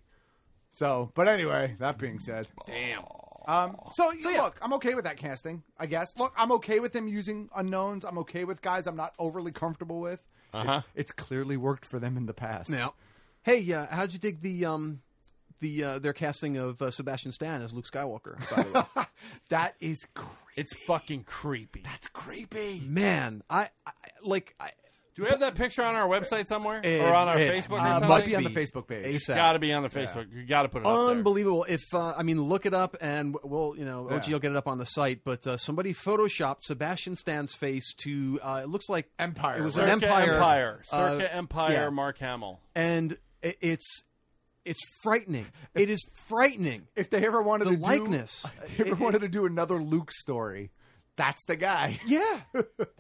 Speaker 4: So, but anyway, that being said,
Speaker 11: Damn.
Speaker 4: um, so, look, I'm okay with that casting. I guess. Look, I'm okay with them using unknowns. I'm okay with guys I'm not overly comfortable with.
Speaker 2: Uh-huh.
Speaker 4: It's clearly worked for them in the past.
Speaker 11: Now, hey, uh, how'd you dig the um, the uh, their casting of uh, Sebastian Stan as Luke Skywalker? By the way?
Speaker 4: that is creepy.
Speaker 2: It's fucking creepy.
Speaker 4: That's creepy.
Speaker 11: Man, I, I like I,
Speaker 2: Do we have that picture on our website somewhere
Speaker 11: It-
Speaker 2: or on our
Speaker 11: it
Speaker 2: Facebook?
Speaker 4: Uh, must
Speaker 2: or something?
Speaker 4: be on the Facebook page.
Speaker 11: ASAP.
Speaker 2: Got to be on the Facebook. You got to put it up there.
Speaker 11: Unbelievable! If uh, I mean, look it up, and w- we'll you know OG
Speaker 4: Yeah.
Speaker 11: will get it up on the site. But uh, somebody photoshopped Sebastian Stan's face to uh, it looks like
Speaker 4: Empire.
Speaker 11: It was
Speaker 2: Circa
Speaker 11: an empire,
Speaker 2: Empire.
Speaker 11: uh,
Speaker 2: Circa Empire.
Speaker 11: yeah.
Speaker 2: Mark Hamill.
Speaker 11: and i- it's it's frightening. It is frightening.
Speaker 4: if they ever wanted
Speaker 11: The
Speaker 4: to
Speaker 11: likeness.
Speaker 4: do, if they ever wanted to do another Luke story, that's the guy,
Speaker 11: Yeah,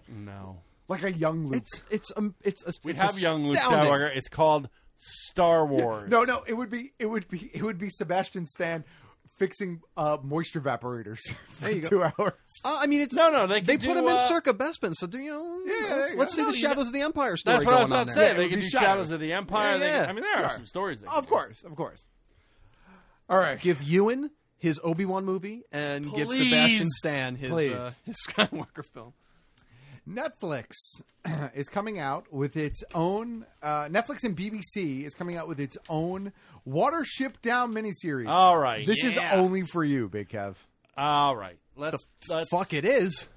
Speaker 2: No.
Speaker 4: like a young Luke.
Speaker 11: it's it's um, it's a,
Speaker 2: We
Speaker 11: it's
Speaker 2: have young Luke
Speaker 11: astounding.
Speaker 2: Skywalker. It's called Star Wars.
Speaker 4: no, no, it would be, it would be, it would be Sebastian Stan fixing uh, moisture evaporators for
Speaker 11: There you
Speaker 4: two
Speaker 11: go.
Speaker 4: hours.
Speaker 11: Uh, I mean, it's
Speaker 2: No, no, they could
Speaker 11: put
Speaker 2: do,
Speaker 11: him in
Speaker 2: uh,
Speaker 11: Circa Bespin, so do you know?
Speaker 4: Yeah, there
Speaker 11: let's,
Speaker 4: you go.
Speaker 11: let's see the
Speaker 4: No, you
Speaker 11: Shadows of the Empire story.
Speaker 2: That's what I was
Speaker 11: going on
Speaker 2: about to
Speaker 11: there.
Speaker 2: say. They
Speaker 4: would
Speaker 2: could
Speaker 4: be
Speaker 2: do
Speaker 4: shadows.
Speaker 2: Shadows of the Empire.
Speaker 11: Yeah,
Speaker 2: They could-
Speaker 11: yeah.
Speaker 2: I mean, there are
Speaker 4: Sure.
Speaker 2: some stories. They could
Speaker 4: Of
Speaker 2: do.
Speaker 4: course, of course. All right,
Speaker 11: Give Ewan his Obi Wan movie and give
Speaker 2: Please.
Speaker 11: Sebastian Stan his
Speaker 4: Please.
Speaker 11: uh, his Skywalker film.
Speaker 4: Netflix is coming out with its own. Uh, Netflix and BBC is coming out with its own Watership Down miniseries.
Speaker 2: All right,
Speaker 4: this is
Speaker 2: yeah.
Speaker 4: only for you, Big Kev.
Speaker 2: All right. Let's, let's
Speaker 11: Fuck, it is.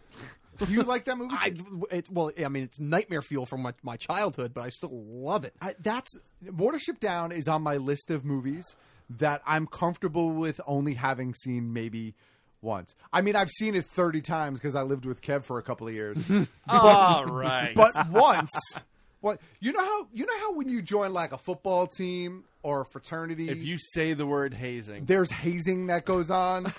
Speaker 4: Do you like that movie?
Speaker 11: I it's well, I mean, it's nightmare fuel from my, my childhood, but I still love it.
Speaker 4: I, that's Watership Down is on my list of movies that I'm comfortable with only having seen maybe once. I mean, I've seen it 30 times because I lived with Kev for a couple of years.
Speaker 2: All right.
Speaker 4: but once, what you know how you know how when you join like a football team or a fraternity,
Speaker 2: if you say the word hazing,
Speaker 4: there's hazing that goes on.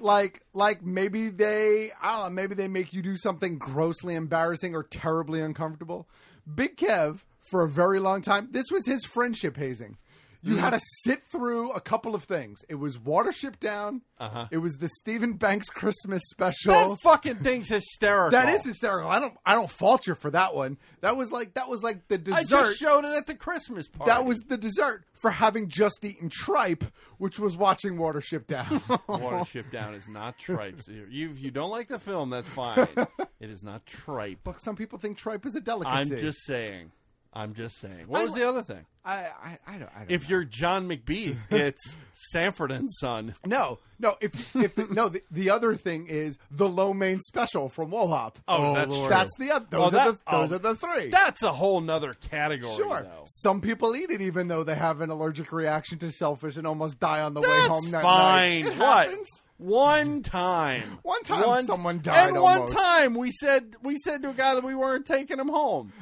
Speaker 4: like like maybe they I don't know, maybe they make you do something grossly embarrassing or terribly uncomfortable. Big Kev for a very long time, this was his friendship hazing. You
Speaker 2: Mm.
Speaker 4: had to sit through a couple of things. It was Watership Down. Uh-huh. It was the Stephen Banks Christmas special.
Speaker 2: that fucking thing's hysterical.
Speaker 4: That is hysterical. I don't I don't fault you for that one. That was like that was like the
Speaker 2: I
Speaker 4: dessert.
Speaker 2: just showed it at the Christmas party.
Speaker 4: that was the dessert for having just eaten tripe, which was watching Watership Down.
Speaker 2: Watership Down is not tripe. So You if you don't like the film, that's fine. It is not tripe.
Speaker 4: Look, some people think tripe is a delicacy.
Speaker 2: I'm just saying. I'm just saying. What
Speaker 4: I
Speaker 2: was the other thing?
Speaker 4: I, I, I don't. I don't
Speaker 2: If
Speaker 4: know.
Speaker 2: you're John McBeath, it's Sanford and Son.
Speaker 4: no, no. If if the, no, the, the other thing is the low main special from Wohop.
Speaker 2: Oh, that's true.
Speaker 4: that's the oth- those
Speaker 2: Oh,
Speaker 4: are
Speaker 2: that-
Speaker 4: the, those
Speaker 2: oh,
Speaker 4: are the three.
Speaker 2: That's a whole nother category.
Speaker 4: sure.
Speaker 2: though.
Speaker 4: Some people eat it even though they have an allergic reaction to shellfish and almost die on the way
Speaker 2: That's
Speaker 4: home. That
Speaker 2: fine.
Speaker 4: Night. It
Speaker 2: What?
Speaker 4: happens.
Speaker 2: One time.
Speaker 4: One time someone died
Speaker 2: And one
Speaker 4: almost.
Speaker 2: time we said we said to a guy that we weren't taking him home.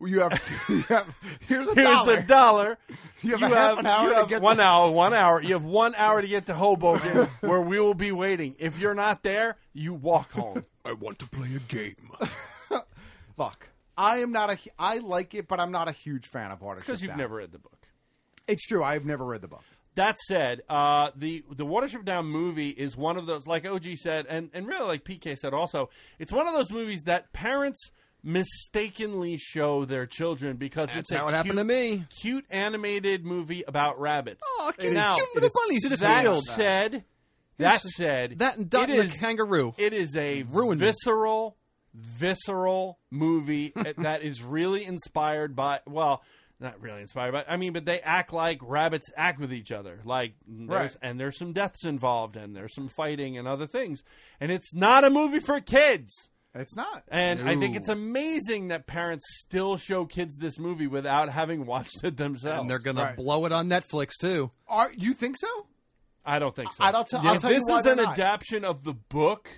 Speaker 4: You have, to, you have here's a
Speaker 2: Here's
Speaker 4: dollar.
Speaker 2: a dollar.
Speaker 4: You have a half an hour
Speaker 2: you
Speaker 4: to
Speaker 2: have
Speaker 4: get
Speaker 2: one
Speaker 4: to-
Speaker 2: hour, one hour. You have one hour to get to Hoboken, where we will be waiting. If you're not there, you walk home.
Speaker 11: I want to play a game.
Speaker 4: Fuck. I am not a. hu- I like it, but I'm not a huge fan of Watership.
Speaker 2: Because you've
Speaker 4: Down.
Speaker 2: never read the book.
Speaker 4: It's true. I've never read the book.
Speaker 2: That said, uh, the the Watership Down movie is one of those, like OG said, and, and really like PK said also, it's one of those movies that parents mistakenly show their children because
Speaker 11: That's
Speaker 2: it's a
Speaker 11: how it happened
Speaker 2: cute,
Speaker 11: to me.
Speaker 2: Cute animated movie about rabbits.
Speaker 11: Oh, cute,
Speaker 2: Now,
Speaker 11: cute little bunnies in a
Speaker 2: that
Speaker 11: field.
Speaker 2: said, that
Speaker 11: Yes.
Speaker 2: said,
Speaker 11: That and Duck
Speaker 2: it
Speaker 11: and the
Speaker 2: is-
Speaker 11: Kangaroo.
Speaker 2: It is a
Speaker 11: Ruined me.
Speaker 2: visceral, visceral movie that is really inspired by. Well, not really inspired by. I mean, but they act like rabbits act with each other. Like, there's,
Speaker 11: Right.
Speaker 2: and there's some deaths involved, and there's some fighting and other things. And it's not a movie for kids.
Speaker 4: It's not.
Speaker 2: And I think
Speaker 11: No.
Speaker 2: it's amazing that parents still show kids this movie without having watched it themselves.
Speaker 11: and they're gonna blow it on Netflix too.
Speaker 4: Are you think so?
Speaker 2: I don't think so.
Speaker 4: I- I'll tell- I'll
Speaker 2: if
Speaker 4: tell you
Speaker 2: this
Speaker 4: why
Speaker 2: is
Speaker 4: they're
Speaker 2: an
Speaker 4: not.
Speaker 2: adaptation of the book,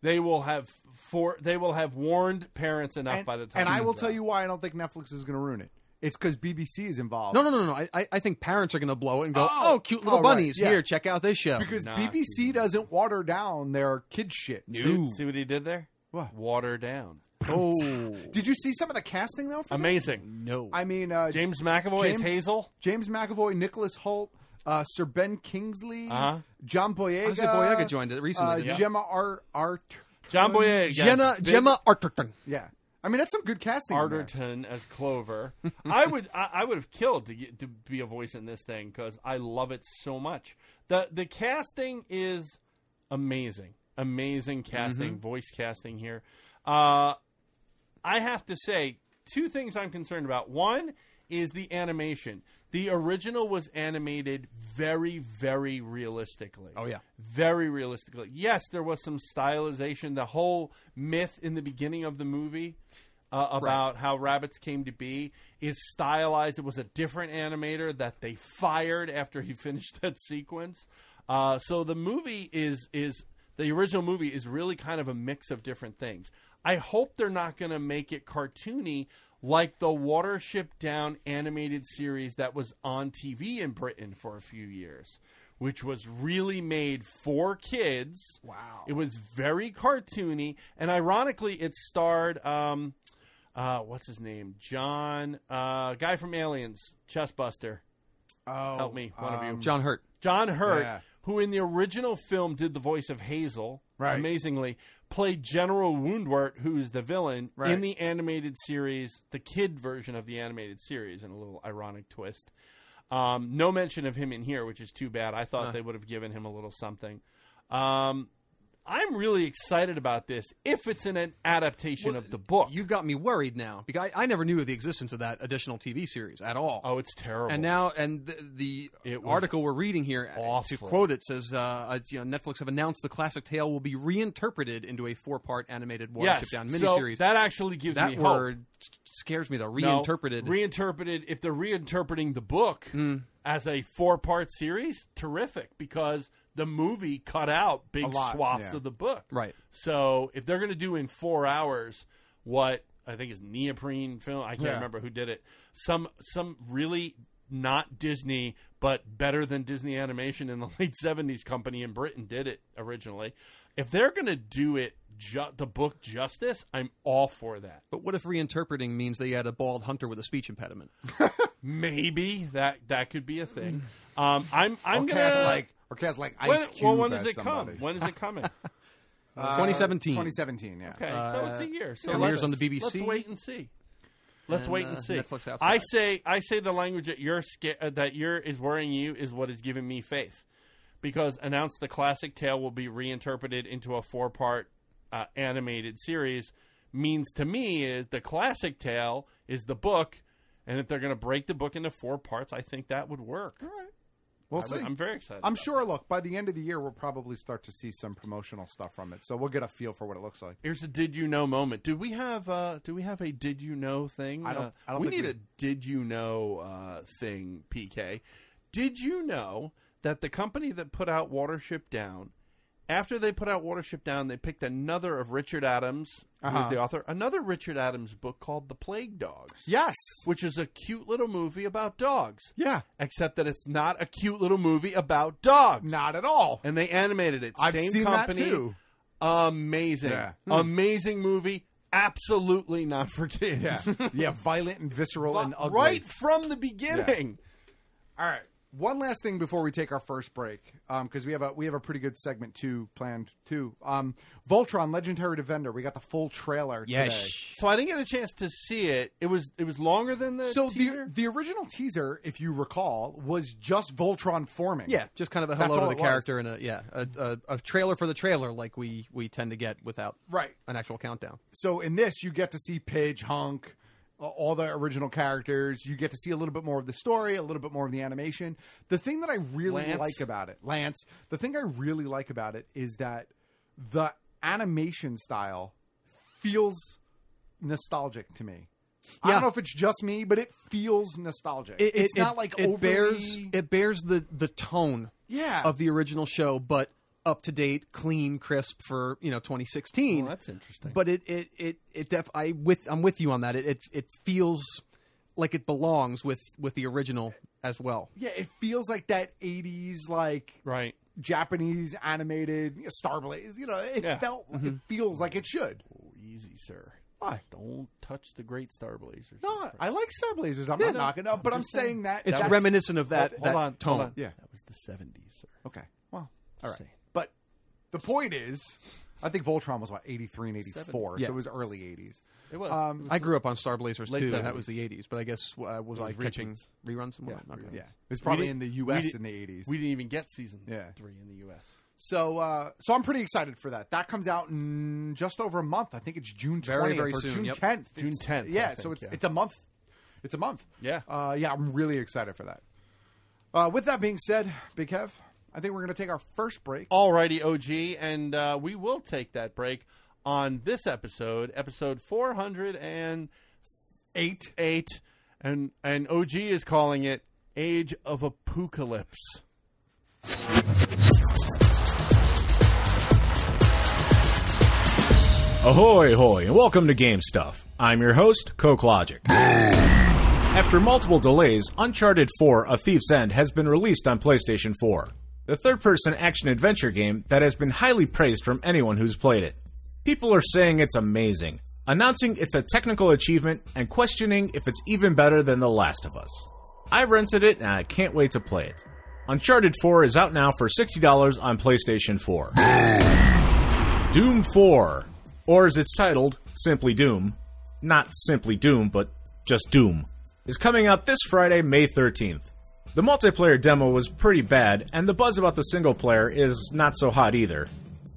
Speaker 2: they will have for they will have warned parents enough by the time.
Speaker 4: And I
Speaker 2: it
Speaker 4: will
Speaker 2: comes
Speaker 4: tell
Speaker 2: out.
Speaker 4: you why I don't think Netflix is going to ruin it. It's because BBC is involved.
Speaker 11: No, no, no, no. I- I, I think parents are going to blow it and go,
Speaker 4: Oh,
Speaker 11: "Oh, cute little
Speaker 4: oh, right,
Speaker 11: bunnies!
Speaker 4: yeah.
Speaker 11: Here, check out this show."
Speaker 4: Because BBC doesn't water down their kid shit.
Speaker 2: See, see what he did there? What? Water down.
Speaker 4: Oh. Did you see some of the casting though? For this?
Speaker 2: Amazing. No.
Speaker 4: I mean, uh,
Speaker 2: James McAvoy is Hazel.
Speaker 4: James McAvoy, Nicholas Holt, uh, Sir Ben Kingsley,
Speaker 2: Uh-huh.
Speaker 4: John Boyega.
Speaker 11: I was gonna say Boyega joined it recently,
Speaker 4: uh,
Speaker 11: didn't he?
Speaker 4: Gemma Ar- Art.
Speaker 2: John Boyega.
Speaker 11: Jenna
Speaker 2: Big- Hmm.
Speaker 11: Gemma Arterton.
Speaker 4: Yeah. I mean, that's some good casting. in there.
Speaker 2: Arterton as Clover. I would I, I would have killed to get to be a voice in this thing because I love it so much. the The casting is amazing, amazing casting,
Speaker 11: Mhm.
Speaker 2: voice casting here. Uh, I have to say two things I'm concerned about. One is the animation. The original was animated very, very realistically. Oh
Speaker 11: yeah.
Speaker 2: very realistically. Yes, there was some stylization. The whole myth in the beginning of the movie uh, about how rabbits came to be is stylized. It was a different animator that they fired after he finished that sequence. Uh, so the movie is is the original movie is really kind of a mix of different things. I hope they're not going to make it cartoony like the Watership Down animated series that was on TV in Britain for a few years which was really made for kids. Wow. It was very cartoony. And ironically, it starred, um, uh, what's his name? John, uh, guy from Aliens, Chessbuster.
Speaker 4: Oh,
Speaker 2: Help me, one of you.
Speaker 4: um,
Speaker 11: John Hurt.
Speaker 2: John Hurt,
Speaker 11: Yeah.
Speaker 2: who in the original film did the voice of Hazel,
Speaker 11: Right.
Speaker 2: amazingly, played General Woundwort, who's the villain in
Speaker 11: Right.
Speaker 2: the animated series, the kid version of the animated series, in a little ironic twist. Um, no mention of him in here, which is too bad. I thought
Speaker 11: Huh.
Speaker 2: they would have given him a little something. Um, I'm really excited about this if it's in an adaptation of the book.
Speaker 11: You got me worried now because I, I never knew of the existence of that additional TV series at all.
Speaker 2: Oh, it's terrible.
Speaker 11: And now, and the, the
Speaker 2: was
Speaker 11: article we're reading here, uh,
Speaker 2: awful.
Speaker 11: to quote it, says uh, uh, you know, Netflix have announced the classic tale will be reinterpreted into a four-part animated Watership
Speaker 2: Yes,
Speaker 11: Down
Speaker 2: so
Speaker 11: miniseries.
Speaker 2: that actually gives
Speaker 11: that
Speaker 2: me hope.
Speaker 11: word s- scares me though.
Speaker 2: No,
Speaker 11: Reinterpreted. Hmm.
Speaker 2: reinterpreted. If they're reinterpreting the book as a four-part series, terrific because the movie cut out big
Speaker 11: A lot,
Speaker 2: swaths
Speaker 11: yeah.
Speaker 2: of the book.
Speaker 11: Right.
Speaker 2: So if they're going to do in four hours what I think is neoprene film, I can't
Speaker 11: Yeah.
Speaker 2: remember who did it. Some some really not Disney, but better than Disney Animation in the late seventies company in Britain did it originally. If they're going to do it, ju- the book justice, I'm all for that.
Speaker 11: but what if reinterpreting means they had a bald hunter with a speech impediment?
Speaker 2: Maybe that that could be a thing. Um, I'm I'm
Speaker 4: Or
Speaker 2: gonna
Speaker 4: cast like or cast like Ice
Speaker 2: when, well,
Speaker 4: Cube
Speaker 2: when
Speaker 4: as
Speaker 2: does it
Speaker 4: somebody.
Speaker 2: come? When is it coming?
Speaker 11: Um,
Speaker 4: Uh,
Speaker 11: 2017.
Speaker 4: 2017. Yeah.
Speaker 2: Okay, so it's a year. So
Speaker 11: premieres
Speaker 2: let's,
Speaker 11: on the BBC.
Speaker 2: Let's wait and see. Let's
Speaker 11: And,
Speaker 2: wait
Speaker 11: uh,
Speaker 2: and see.
Speaker 11: Netflix outside.
Speaker 2: I say I say the language that you're sca- uh, that you're is worrying you is what is giving me faith, because announced the classic tale will be reinterpreted into a four part uh, animated series means to me is the classic tale is the book, and if they're going to break the book into four parts, I think that would work. All right.
Speaker 4: We'll
Speaker 2: I'm-
Speaker 4: see.
Speaker 2: I'm very excited
Speaker 4: I'm
Speaker 2: about
Speaker 4: sure. Look, by the end of the year, we'll probably start to see some promotional stuff from it, so we'll get a feel for what it looks like.
Speaker 2: Here's a did you know moment. Do we have uh do we have a did you know thing?
Speaker 4: I don't-
Speaker 2: Uh,
Speaker 4: I don't
Speaker 2: we
Speaker 4: think
Speaker 2: need
Speaker 4: we-
Speaker 2: a did you know uh thing, PK. Did you know that the company that put out Watership Down, after they put out Watership Down, they picked another of Richard Adams, who was
Speaker 4: Uh-huh.
Speaker 2: the author, another Richard Adams book called The Plague Dogs.
Speaker 4: Yes.
Speaker 2: Which is a cute little movie about dogs.
Speaker 4: Yeah.
Speaker 2: Except that it's not a cute little movie about dogs.
Speaker 4: Not at all.
Speaker 2: And they animated it.
Speaker 4: I've
Speaker 2: Same
Speaker 4: seen that,
Speaker 2: company.
Speaker 4: too.
Speaker 2: Amazing.
Speaker 4: Yeah. Hmm.
Speaker 2: Amazing movie. Absolutely not for kids.
Speaker 4: Yeah, yeah, violent and visceral and ugly.
Speaker 2: right from the beginning. All right.
Speaker 4: One last thing before we take our first break, because we have a we have a pretty good segment two planned too. Um, Voltron, legendary defender. We got the full trailer. today.
Speaker 2: So I didn't get a chance to see it. It was it was longer than the
Speaker 4: So
Speaker 2: teaser?
Speaker 4: the the original teaser, if you recall, was just Voltron forming.
Speaker 11: Yeah, just kind of a
Speaker 4: That's
Speaker 11: hello
Speaker 4: all
Speaker 11: to the
Speaker 4: it was.
Speaker 11: character and a yeah a, a, a trailer for the trailer like we we tend to get without
Speaker 4: Right.
Speaker 11: an actual countdown.
Speaker 4: So in this, you get to see Pidge, Hunk, a- all the original characters. You get to see a little bit more of the story, a little bit more of the animation. The thing that I really
Speaker 11: Lance.
Speaker 4: like about it, Lance. The thing I really like about it is that the animation style feels nostalgic to me. I
Speaker 11: Yeah.
Speaker 4: don't know if it's just me, but it feels nostalgic.
Speaker 11: It- it-
Speaker 4: it's not
Speaker 11: it-
Speaker 4: like
Speaker 11: it
Speaker 4: overly
Speaker 11: bears it bears the the tone
Speaker 4: Yeah.
Speaker 11: of the original show, but up to date, clean, crisp for you know
Speaker 4: Oh,
Speaker 11: 2016.
Speaker 2: Well, that's interesting.
Speaker 11: But it it it it def I with I'm with you on that. It it, it feels like it belongs with with the original as well.
Speaker 4: Yeah, it feels like that '80s like
Speaker 2: right
Speaker 4: Japanese animated you know, Starblaze. You know, it
Speaker 2: Yeah. Mm-hmm. Oh,
Speaker 4: felt it feels like it should.
Speaker 2: easy, sir.
Speaker 4: Why?
Speaker 2: Don't touch the great Star Blazers.
Speaker 4: No, I like Starblazers. I'm
Speaker 2: Yeah,
Speaker 4: not
Speaker 2: no,
Speaker 4: knocking up, but I'm saying, that
Speaker 11: it's
Speaker 4: that's-
Speaker 11: reminiscent of that
Speaker 4: Hold-
Speaker 11: that
Speaker 4: hold on,
Speaker 11: tone.
Speaker 4: hold on. Yeah.
Speaker 2: That was the seventies, sir.
Speaker 4: Okay. Well, all right. But the point is, I think Voltron was what 83 and 84,
Speaker 11: Yeah.
Speaker 4: so it was early 80s.
Speaker 2: It was.
Speaker 4: Um,
Speaker 11: I grew up on Star Blazers
Speaker 4: Late
Speaker 11: too, and that
Speaker 4: 70s.
Speaker 11: was the '80s. But I guess uh, was
Speaker 2: It
Speaker 11: I
Speaker 2: was
Speaker 11: catching
Speaker 2: reruns.
Speaker 11: reruns? Well,
Speaker 2: Yeah,
Speaker 11: not really.
Speaker 4: Yeah. It was probably in the U.S. in the 80s.
Speaker 2: We didn't even get season
Speaker 4: Yeah.
Speaker 2: three in the U.S.
Speaker 4: So, uh, so I'm pretty excited for that. That comes out in just over a month. I think it's June 20th
Speaker 11: Very, very
Speaker 4: or
Speaker 11: soon,
Speaker 4: June
Speaker 11: yep.
Speaker 4: 10th.
Speaker 2: June
Speaker 4: It's-
Speaker 2: 10th, I
Speaker 4: Yeah, so
Speaker 2: think,
Speaker 4: it's
Speaker 2: yeah.
Speaker 4: it's a month. It's a month.
Speaker 2: Yeah.
Speaker 4: Uh, yeah, I'm really excited for that. Uh, with that being said, Big Kev, I think we're going to take our first break.
Speaker 2: Alrighty, OG, and uh, we will take that break on this episode, episode four hundred and eight, eight, and and OG is calling it Age of Apocalypse.
Speaker 13: Ahoy, hoy, and welcome to Game Stuff. I'm your host, Coke Logic. After multiple delays, Uncharted 4 A Thief's End has been released on PlayStation 4, the third person action adventure game that has been highly praised from anyone who's played it. People are saying it's amazing, announcing it's a technical achievement, and questioning if it's even better than The Last of Us. I rented it and I can't wait to play it. Uncharted 4 is out now for $60 on PlayStation 4. Doom 4, or as it's titled, simply Doom, not simply Doom, but just Doom, is coming out this Friday, May 13th. The multiplayer demo was pretty bad, and the buzz about the single player is not so hot either.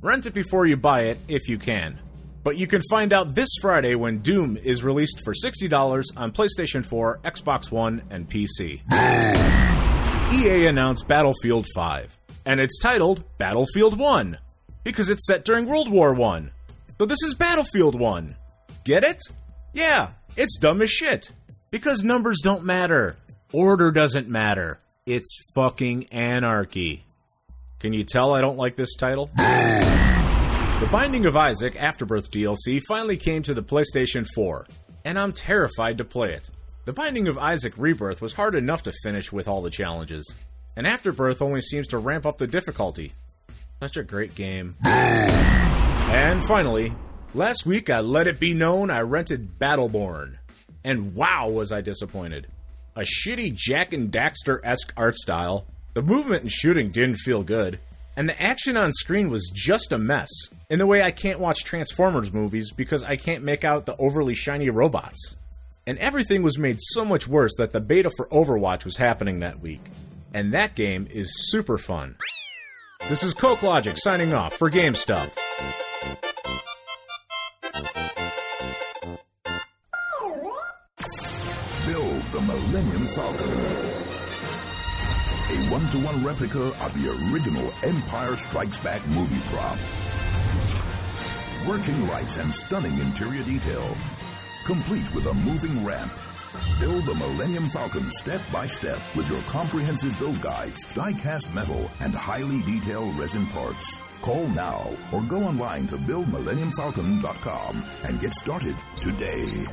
Speaker 13: Rent it before you buy it, if you can. But you can find out this Friday when Doom is released for $60 on PlayStation 4, Xbox One, and PC. EA E announced Battlefield 5, and it's titled Battlefield 1 because it's set during World War 1. So this is Battlefield 1. Get it? Yeah, it's dumb as shit because numbers don't matter. Order doesn't matter. It's fucking anarchy. Can you tell I don't like this title? The Binding of Isaac Afterbirth DLC finally came to the PlayStation 4, and I'm terrified to play it. The Binding of Isaac Rebirth was hard enough to finish with all the challenges, and Afterbirth only seems to ramp up the difficulty. Such a great game. and finally, last week I let it be known I rented Battleborn, and wow was I disappointed. A shitty Jack and Daxter esque art style, the movement and shooting didn't feel good, and the action on screen was just a mess, in the way I can't watch Transformers movies because I can't make out the overly shiny robots. And everything was made so much worse that the beta for Overwatch was happening that week. And that game is super fun. This is Coke Logic signing off for Game Stuff.
Speaker 14: Build the Millennium Falcon. A one to one replica of the original Empire Strikes Back movie prop. Working lights and stunning interior detail. Complete with a moving ramp. Build the Millennium Falcon step by step with your comprehensive build guides, die cast metal, and highly detailed resin parts. Call now or go online to buildmillenniumfalcon.com and get started today.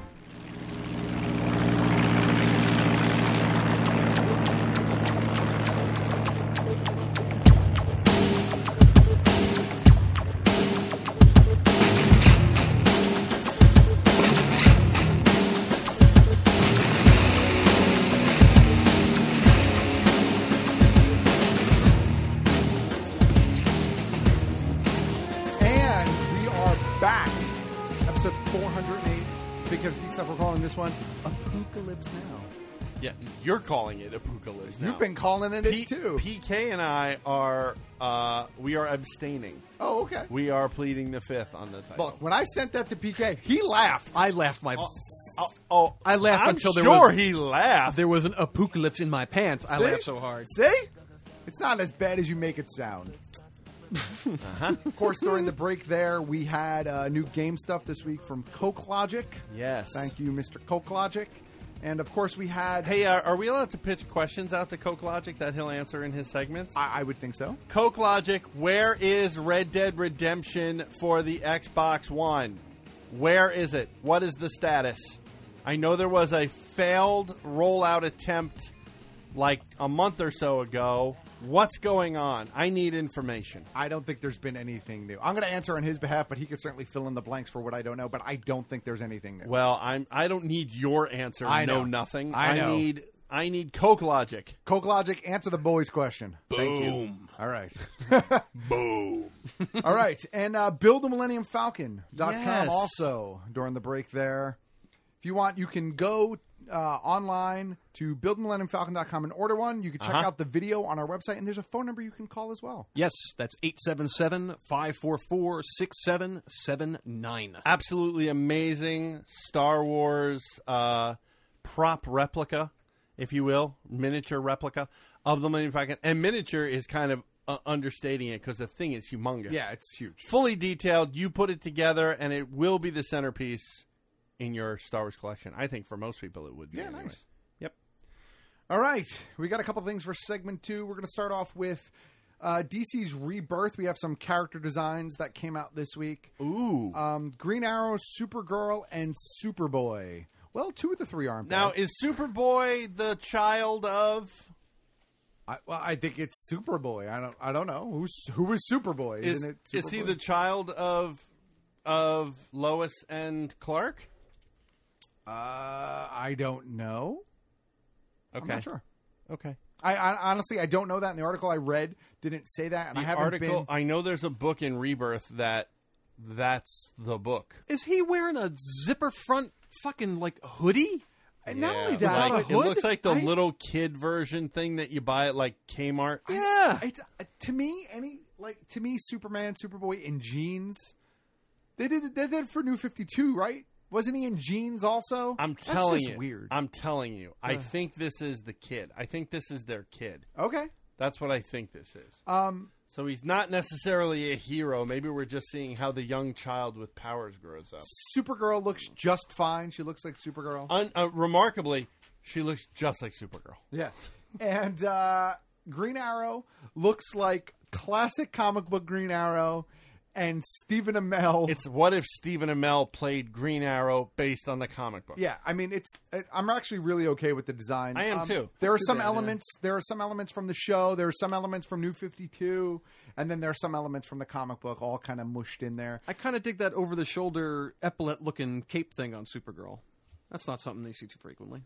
Speaker 4: because we stuff we're calling this one Apocalypse Now.
Speaker 2: Yeah, you're calling it apocalypse.
Speaker 4: You've been calling it it too.
Speaker 2: PK and I are uh, we are abstaining.
Speaker 4: Oh, okay.
Speaker 2: We are pleading the fifth on the title.
Speaker 4: Look, when I sent that to PK, he laughed.
Speaker 11: I laughed my.
Speaker 2: Oh, oh,
Speaker 11: I laughed
Speaker 2: I'm
Speaker 11: until there
Speaker 2: sure
Speaker 11: was,
Speaker 2: he laughed.
Speaker 11: There was an apocalypse in my pants. I laughed so hard.
Speaker 4: See? It's not as bad as you make it sound. Of course, during the break there, we had uh, new game stuff this week from Coke Logic.
Speaker 2: Yes.
Speaker 4: Thank you, Mr. Coke Logic. And of course, we had.
Speaker 2: Hey, uh, are we allowed to pitch questions out to Coke Logic that he'll answer in his segments?
Speaker 4: I, I would think so.
Speaker 2: Coke Logic, where is Red Dead Redemption for the Xbox One? Where is it? What is the status? I know there was a failed rollout attempt like a month or so ago. What's going on? I need information.
Speaker 4: I don't think there's been anything new. I'm going to answer on his behalf, but he could certainly fill in the blanks for what I don't know. But I don't think there's anything new.
Speaker 2: Well, I'm I don't need your answer.
Speaker 4: I know.
Speaker 2: nothing.
Speaker 4: I know.
Speaker 2: need I need Coke Logic.
Speaker 4: Coke Logic, answer the boys' question.
Speaker 2: Thank you.
Speaker 4: All right.
Speaker 2: Boom.
Speaker 4: All right. And uh, buildamillenniumfalcon.com
Speaker 2: Yes.
Speaker 4: also during the break there. If you want, you can go uh, online to buildamillenniumfalcon.com and order one. You can check
Speaker 11: Uh-huh.
Speaker 4: out the video on our website, and there's a phone number you can call as well.
Speaker 11: Yes, that's 877 544 6779.
Speaker 2: Absolutely amazing Star Wars uh, prop replica, if you will, miniature replica of the Millennium Falcon. And miniature is kind of uh, understating it because the thing is humongous.
Speaker 4: Yeah, it's huge.
Speaker 2: Fully detailed. You put it together, and it will be the centerpiece in your Star Wars collection. I think for most people it would be.
Speaker 4: Yeah,
Speaker 2: anyway.
Speaker 4: nice.
Speaker 2: Yep.
Speaker 4: All right, we got a couple things for segment two. We're going to start off with uh, DC's Rebirth. We have some character designs that came out this week.
Speaker 2: Ooh,
Speaker 4: um, Green Arrow, Supergirl, and Superboy. Well, two of the three aren't
Speaker 2: Now,
Speaker 4: bad.
Speaker 2: is Superboy the child of.
Speaker 4: I, well, I think it's Superboy. I don't. I don't know who's who is Superboy.
Speaker 2: Is,
Speaker 4: Isn't it
Speaker 2: is he
Speaker 4: Superboy?
Speaker 2: the child of of Lois and Clark?
Speaker 4: Uh, I don't know.
Speaker 2: Okay.
Speaker 4: I'm not sure.
Speaker 2: Okay.
Speaker 4: I, I honestly I don't know that. And the article I read didn't say that, and I
Speaker 2: The
Speaker 4: haven't
Speaker 2: article.
Speaker 4: been.
Speaker 2: I know there's a book in Rebirth that that's the book.
Speaker 11: Is he wearing a zipper front fucking like hoodie?
Speaker 4: And not
Speaker 2: Yeah,
Speaker 4: only that,
Speaker 2: like, it looks like the
Speaker 4: I-
Speaker 2: little kid version thing that you buy at like Kmart.
Speaker 4: Yeah, it's uh, to me any like to me Superman, Superboy in jeans. They did they did it for New Fifty Two, right? Wasn't he in jeans also?
Speaker 2: I'm
Speaker 4: That's
Speaker 2: telling
Speaker 4: just
Speaker 2: you,
Speaker 4: weird.
Speaker 2: I'm telling you, I
Speaker 4: Ugh.
Speaker 2: think this is the kid. I think this is their kid.
Speaker 4: Okay.
Speaker 2: That's what I think this is.
Speaker 4: Um,
Speaker 2: So he's not necessarily a hero. Maybe we're just seeing how the young child with powers grows up.
Speaker 4: Supergirl looks just fine. She looks like Supergirl.
Speaker 2: Un- uh, remarkably, she looks just like Supergirl.
Speaker 4: Yeah. and uh, Green Arrow looks like classic comic book Green Arrow, and Stephen Amell.
Speaker 2: It's what if Stephen Amell played Green Arrow based on the comic book?
Speaker 4: yeah, I mean, it's. I- I'm actually really okay with the design.
Speaker 2: I am
Speaker 4: Um,
Speaker 2: too.
Speaker 4: There are
Speaker 2: Too
Speaker 4: some
Speaker 2: bad, yeah.
Speaker 4: elements. There are some elements from the show. There are some elements from New Fifty Two, and then there are some elements from the comic book, all kind of mushed in there.
Speaker 11: I kind of dig that over the shoulder epaulet looking cape thing on Supergirl. That's not something they see too frequently.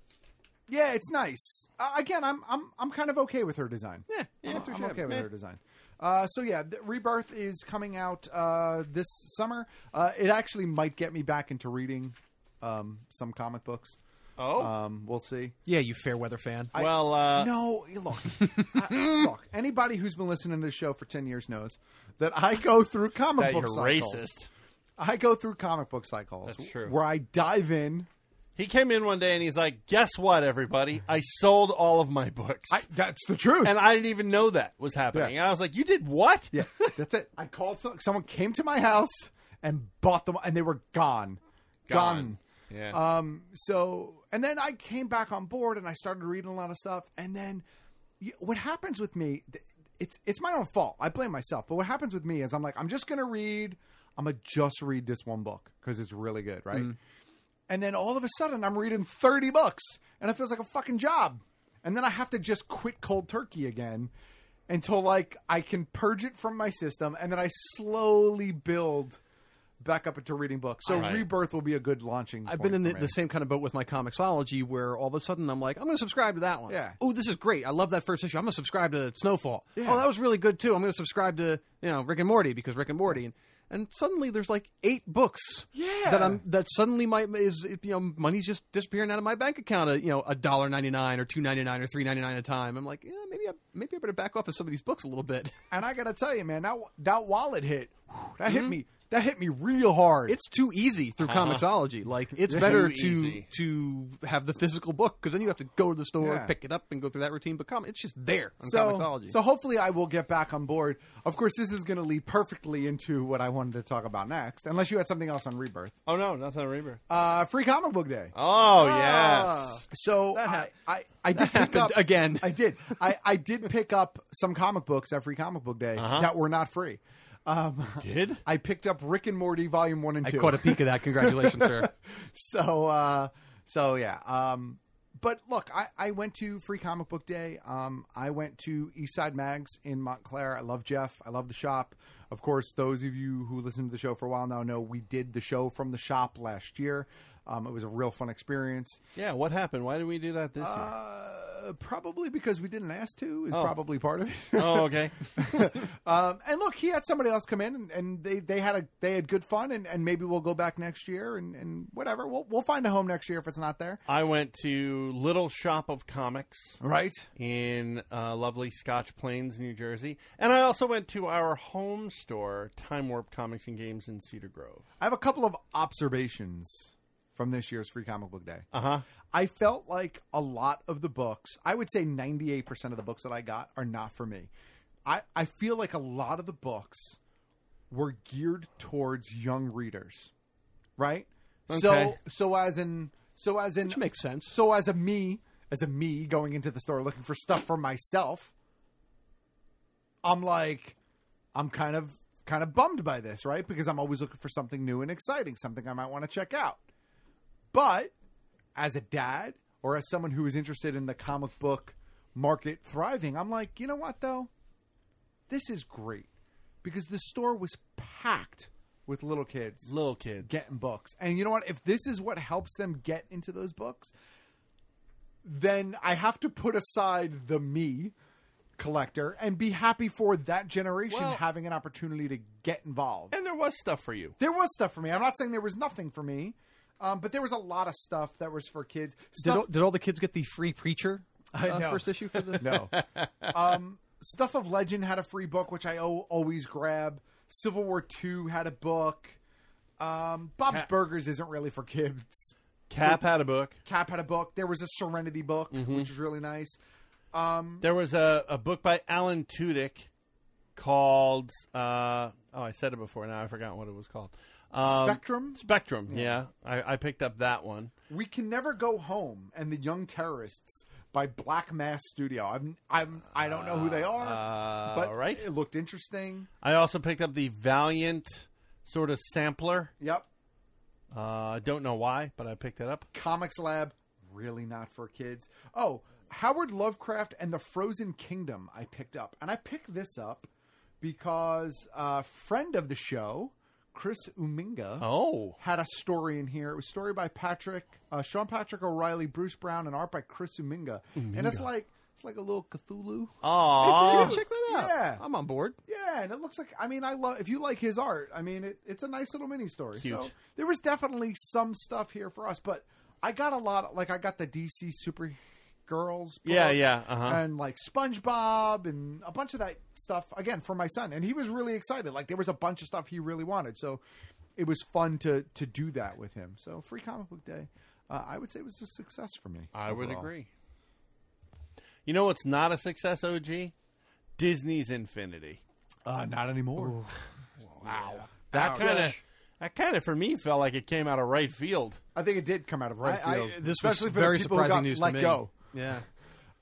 Speaker 4: Yeah, it's nice. Uh, again, I'm I'm I'm kind of okay with her design. Yeah,
Speaker 2: yeah,
Speaker 4: I'm,
Speaker 2: touche.
Speaker 4: I'm okay with
Speaker 2: Meh.
Speaker 4: her design. Uh, so yeah, the, Rebirth is coming out uh, this summer. Uh, it actually might get me back into reading um, some comic books.
Speaker 2: Oh.
Speaker 4: um, we'll see.
Speaker 11: Yeah, you fair weather fan.
Speaker 4: I-
Speaker 2: Well, uh,
Speaker 4: no, look, I- look. Anybody who's been listening to the show for ten years knows that I go through comic
Speaker 2: That
Speaker 4: book
Speaker 2: you're
Speaker 4: cycles.
Speaker 2: racist.
Speaker 4: I go through comic book cycles.
Speaker 2: That's true.
Speaker 4: Where I dive in.
Speaker 2: He came in one day and he's like, "Guess what, everybody? I sold all of my books."
Speaker 4: that's the truth.
Speaker 2: and I didn't even know that was happening. And I was like, "You did what?"
Speaker 4: Yeah, that's it. I called some, someone came to my house and bought them, and they were gone,
Speaker 2: Gone.
Speaker 4: gone.
Speaker 2: Yeah.
Speaker 4: Um. So, and then I came back on board, and I started reading a lot of stuff. And then, y- what happens with me? th- It's it's my own fault. I blame myself. But what happens with me is I'm like, I'm just gonna read. I'm gonna just read this one book because it's really good, right?
Speaker 11: Mm.
Speaker 4: And then all of a sudden, I'm reading 30 books, and it feels like a fucking job. And then I have to just quit cold turkey again until like I can purge it from my system, and then I slowly build back up into reading books. So
Speaker 11: Right.
Speaker 4: Rebirth will be a good launching.
Speaker 11: I've
Speaker 4: point
Speaker 11: been in the,
Speaker 4: for
Speaker 11: the same kind of boat with my comicsology where all of a sudden I'm like, I'm going to subscribe to that one.
Speaker 4: Yeah.
Speaker 11: Oh, this is great. I love that first issue. I'm going to subscribe to Snowfall.
Speaker 4: Yeah.
Speaker 11: Oh, that was really good too. I'm going to subscribe to you know Rick and Morty because Rick and Morty. And and suddenly there's like eight books
Speaker 2: Yeah.
Speaker 11: that I'm that suddenly my is you know money's just disappearing out of my bank account at you know a dollar ninety nine or two ninety nine or three ninety nine a time. I'm like, yeah, maybe I maybe I better back off of some of these books a little bit.
Speaker 4: And I gotta tell you, man, that that wallet hit. That hit me. That hit me real hard.
Speaker 11: Mm-hmm. It's too easy through
Speaker 4: Uh-huh.
Speaker 11: Comixology. Like it's
Speaker 4: Too
Speaker 11: better to
Speaker 4: easy.
Speaker 11: to have the physical book because then you have to go to the store,
Speaker 4: Yeah.
Speaker 11: pick it up, and go through that routine. But com- it's just there on
Speaker 4: so,
Speaker 11: Comixology.
Speaker 4: so hopefully I will get back on board. Of course, this is going to lead perfectly into what I wanted to talk about next, unless you had something else on Rebirth.
Speaker 2: Oh no, nothing on Reaper.
Speaker 4: Uh, free comic book day.
Speaker 2: Oh
Speaker 4: Ah.
Speaker 2: yes.
Speaker 4: So I, I, I did pick up again. I did. I, I did pick up some comic books at Free Comic Book Day
Speaker 11: Uh-huh.
Speaker 4: that were not free. Um,
Speaker 11: did
Speaker 4: I picked up Rick and Morty Volume One and
Speaker 11: I
Speaker 4: Two?
Speaker 11: caught a peek of that. Congratulations, sir.
Speaker 4: So uh, so yeah. Um, but look, I, I went to Free Comic Book Day. Um, I went to Eastside Mags in Montclair. I love Jeff. I love the shop. Of course, those of you who listened to the show for a while now know we did the show from the shop last year. Um, it was a real fun experience.
Speaker 2: Yeah, what happened? Why did we do that this
Speaker 4: uh, year? Probably because we didn't ask to is
Speaker 2: Oh.
Speaker 4: probably part of it.
Speaker 2: Oh, okay.
Speaker 4: um, and look, he had somebody else come in, and, and they, they had a they had good fun, and, and maybe we'll go back next year, and, and whatever. We'll we'll find a home next year if it's not there.
Speaker 2: I went to Little Shop of Comics,
Speaker 4: Right.
Speaker 2: in uh, lovely Scotch Plains, New Jersey, and I also went to our home store, Time Warp Comics and Games in Cedar Grove.
Speaker 4: I have a couple of observations from this year's Free Comic Book Day.
Speaker 2: Uh
Speaker 11: Uh-huh.
Speaker 2: huh.
Speaker 4: I felt like a lot of the books, I would say 98% of the books that I got are not for me. I, I feel like a lot of the books were geared towards young readers, right? So
Speaker 11: Okay.
Speaker 4: so as in so as in
Speaker 11: Which makes sense.
Speaker 4: So as a me, as a me going into the store looking for stuff for myself, I'm like I'm kind of kind of bummed by this, right? Because I'm always looking for something new and exciting, something I might want to check out. But as a dad or as someone who is interested in the comic book market thriving, I'm like, you know what though? This is great because the store was packed with little kids,
Speaker 2: little kids
Speaker 4: getting books. And you know what? If this is what helps them get into those books, then I have to put aside the me collector and be happy for that generation having an opportunity to get involved.
Speaker 2: And there was stuff for you.
Speaker 4: There was stuff for me. I'm not saying there was nothing for me, um, but there was a lot of stuff that was for kids.
Speaker 11: Did
Speaker 4: Stuff
Speaker 11: all, did all the kids get the free preacher
Speaker 4: I
Speaker 11: uh,
Speaker 4: know.
Speaker 11: first issue for the
Speaker 4: No. um, Stuff of Legend had a free book, which I o- always grab. Civil War II had a book. Um, Bob's
Speaker 2: Cap-
Speaker 4: Burgers isn't really for kids.
Speaker 2: Cap had a book.
Speaker 4: Cap had a book. There was a Serenity book,
Speaker 2: Mhm.
Speaker 4: which was really nice. Um,
Speaker 2: There was a, a book by Alan Tudyk called uh, oh I said it before now I forgot what it was called. Um,
Speaker 4: Spectrum?
Speaker 2: Spectrum.
Speaker 4: Yeah.
Speaker 2: Yeah, I, I picked up that one.
Speaker 4: we can never go home, and the Young Terrorists by Black Mass Studio. I'm, I'm, I don't know who they are,
Speaker 2: Uh,
Speaker 4: but
Speaker 2: all right.
Speaker 4: it looked interesting.
Speaker 2: I also picked up the Valiant sort of sampler.
Speaker 4: Yep.
Speaker 2: Uh, I don't know why, but I picked it up.
Speaker 4: Comics Lab, really not for kids. Oh, Howard Lovecraft and the Frozen Kingdom, I picked up. And I picked this up because a friend of the show, Chris Uminga,
Speaker 2: Oh.
Speaker 4: had a story in here. It was a story by Patrick, uh, Sean Patrick O'Reilly, Bruce Brown, and art by Chris Uminga. And it's
Speaker 11: Uminga.
Speaker 4: like it's like a little Cthulhu.
Speaker 2: Aw.
Speaker 4: It's cute.
Speaker 11: Check that out.
Speaker 4: Yeah.
Speaker 11: I'm on board.
Speaker 4: Yeah, and it looks like I mean I love if you like his art, I mean it, it's a nice little mini story. So
Speaker 2: Cute.
Speaker 4: there was definitely some stuff here for us, but I got a lot like I got the DC Super Girls book
Speaker 2: Yeah, yeah, uh-huh.
Speaker 4: and like SpongeBob and a bunch of that stuff again for my son and he was really excited. Like there was a bunch of stuff he really wanted. So it was fun to to do that with him. So free comic book day uh, I would say was a success for me.
Speaker 2: I would
Speaker 4: overall.
Speaker 2: agree. You know what's not a success, OG? Disney's Infinity.
Speaker 4: Uh, not anymore.
Speaker 2: Wow.
Speaker 4: That
Speaker 2: That kind of
Speaker 4: was-
Speaker 2: that kind of for me felt like it came out of right field.
Speaker 4: I think it did come out of right
Speaker 2: I- I-
Speaker 4: field.
Speaker 2: this was
Speaker 4: especially for the
Speaker 2: very
Speaker 4: people who
Speaker 2: surprising
Speaker 4: got
Speaker 2: news to
Speaker 4: let
Speaker 2: me.
Speaker 4: go.
Speaker 11: Yeah.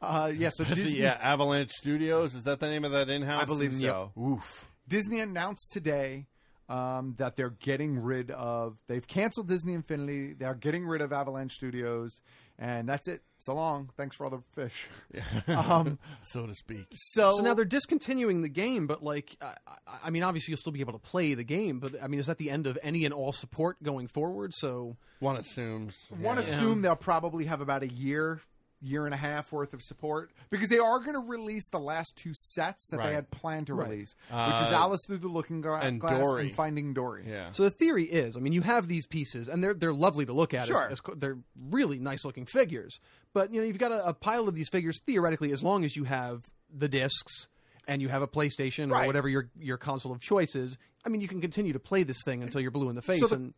Speaker 4: Uh, yeah, so
Speaker 2: Especially,
Speaker 4: Disney,
Speaker 2: yeah, Avalanche Studios is that the name of that in-house?
Speaker 4: I believe
Speaker 2: Yep.
Speaker 4: so.
Speaker 2: Oof.
Speaker 4: Disney announced today um, that they're getting rid of. They've canceled Disney Infinity. They're getting rid of Avalanche Studios, and that's it. So long. Thanks for all the fish. um,
Speaker 2: so to speak.
Speaker 4: So,
Speaker 11: now they're discontinuing the game, but like, I, I, I mean, obviously you'll still be able to play the game, but I mean, is that the end of any and all support going forward? So
Speaker 2: One assumes.
Speaker 4: One
Speaker 2: Yeah.
Speaker 4: assume they'll probably have about a year year and a half worth of support because they are going to release the last two sets that
Speaker 11: Right.
Speaker 4: they had planned to
Speaker 11: Right.
Speaker 4: release, which is
Speaker 11: Uh,
Speaker 4: Alice Through the Looking Gla-
Speaker 11: and
Speaker 4: Glass
Speaker 11: Dory.
Speaker 4: and Finding Dory.
Speaker 11: So the theory is, I mean, you have these pieces, and they're they're lovely to look at. as-
Speaker 4: Sure.
Speaker 11: as co- they're really nice looking figures. But you know, you've got a, a pile of these figures theoretically, as long as you have the discs and you have a PlayStation or
Speaker 4: Right.
Speaker 11: whatever your your console of choice is. I mean, you can continue to play this thing until you're blue in the face
Speaker 4: the-
Speaker 11: and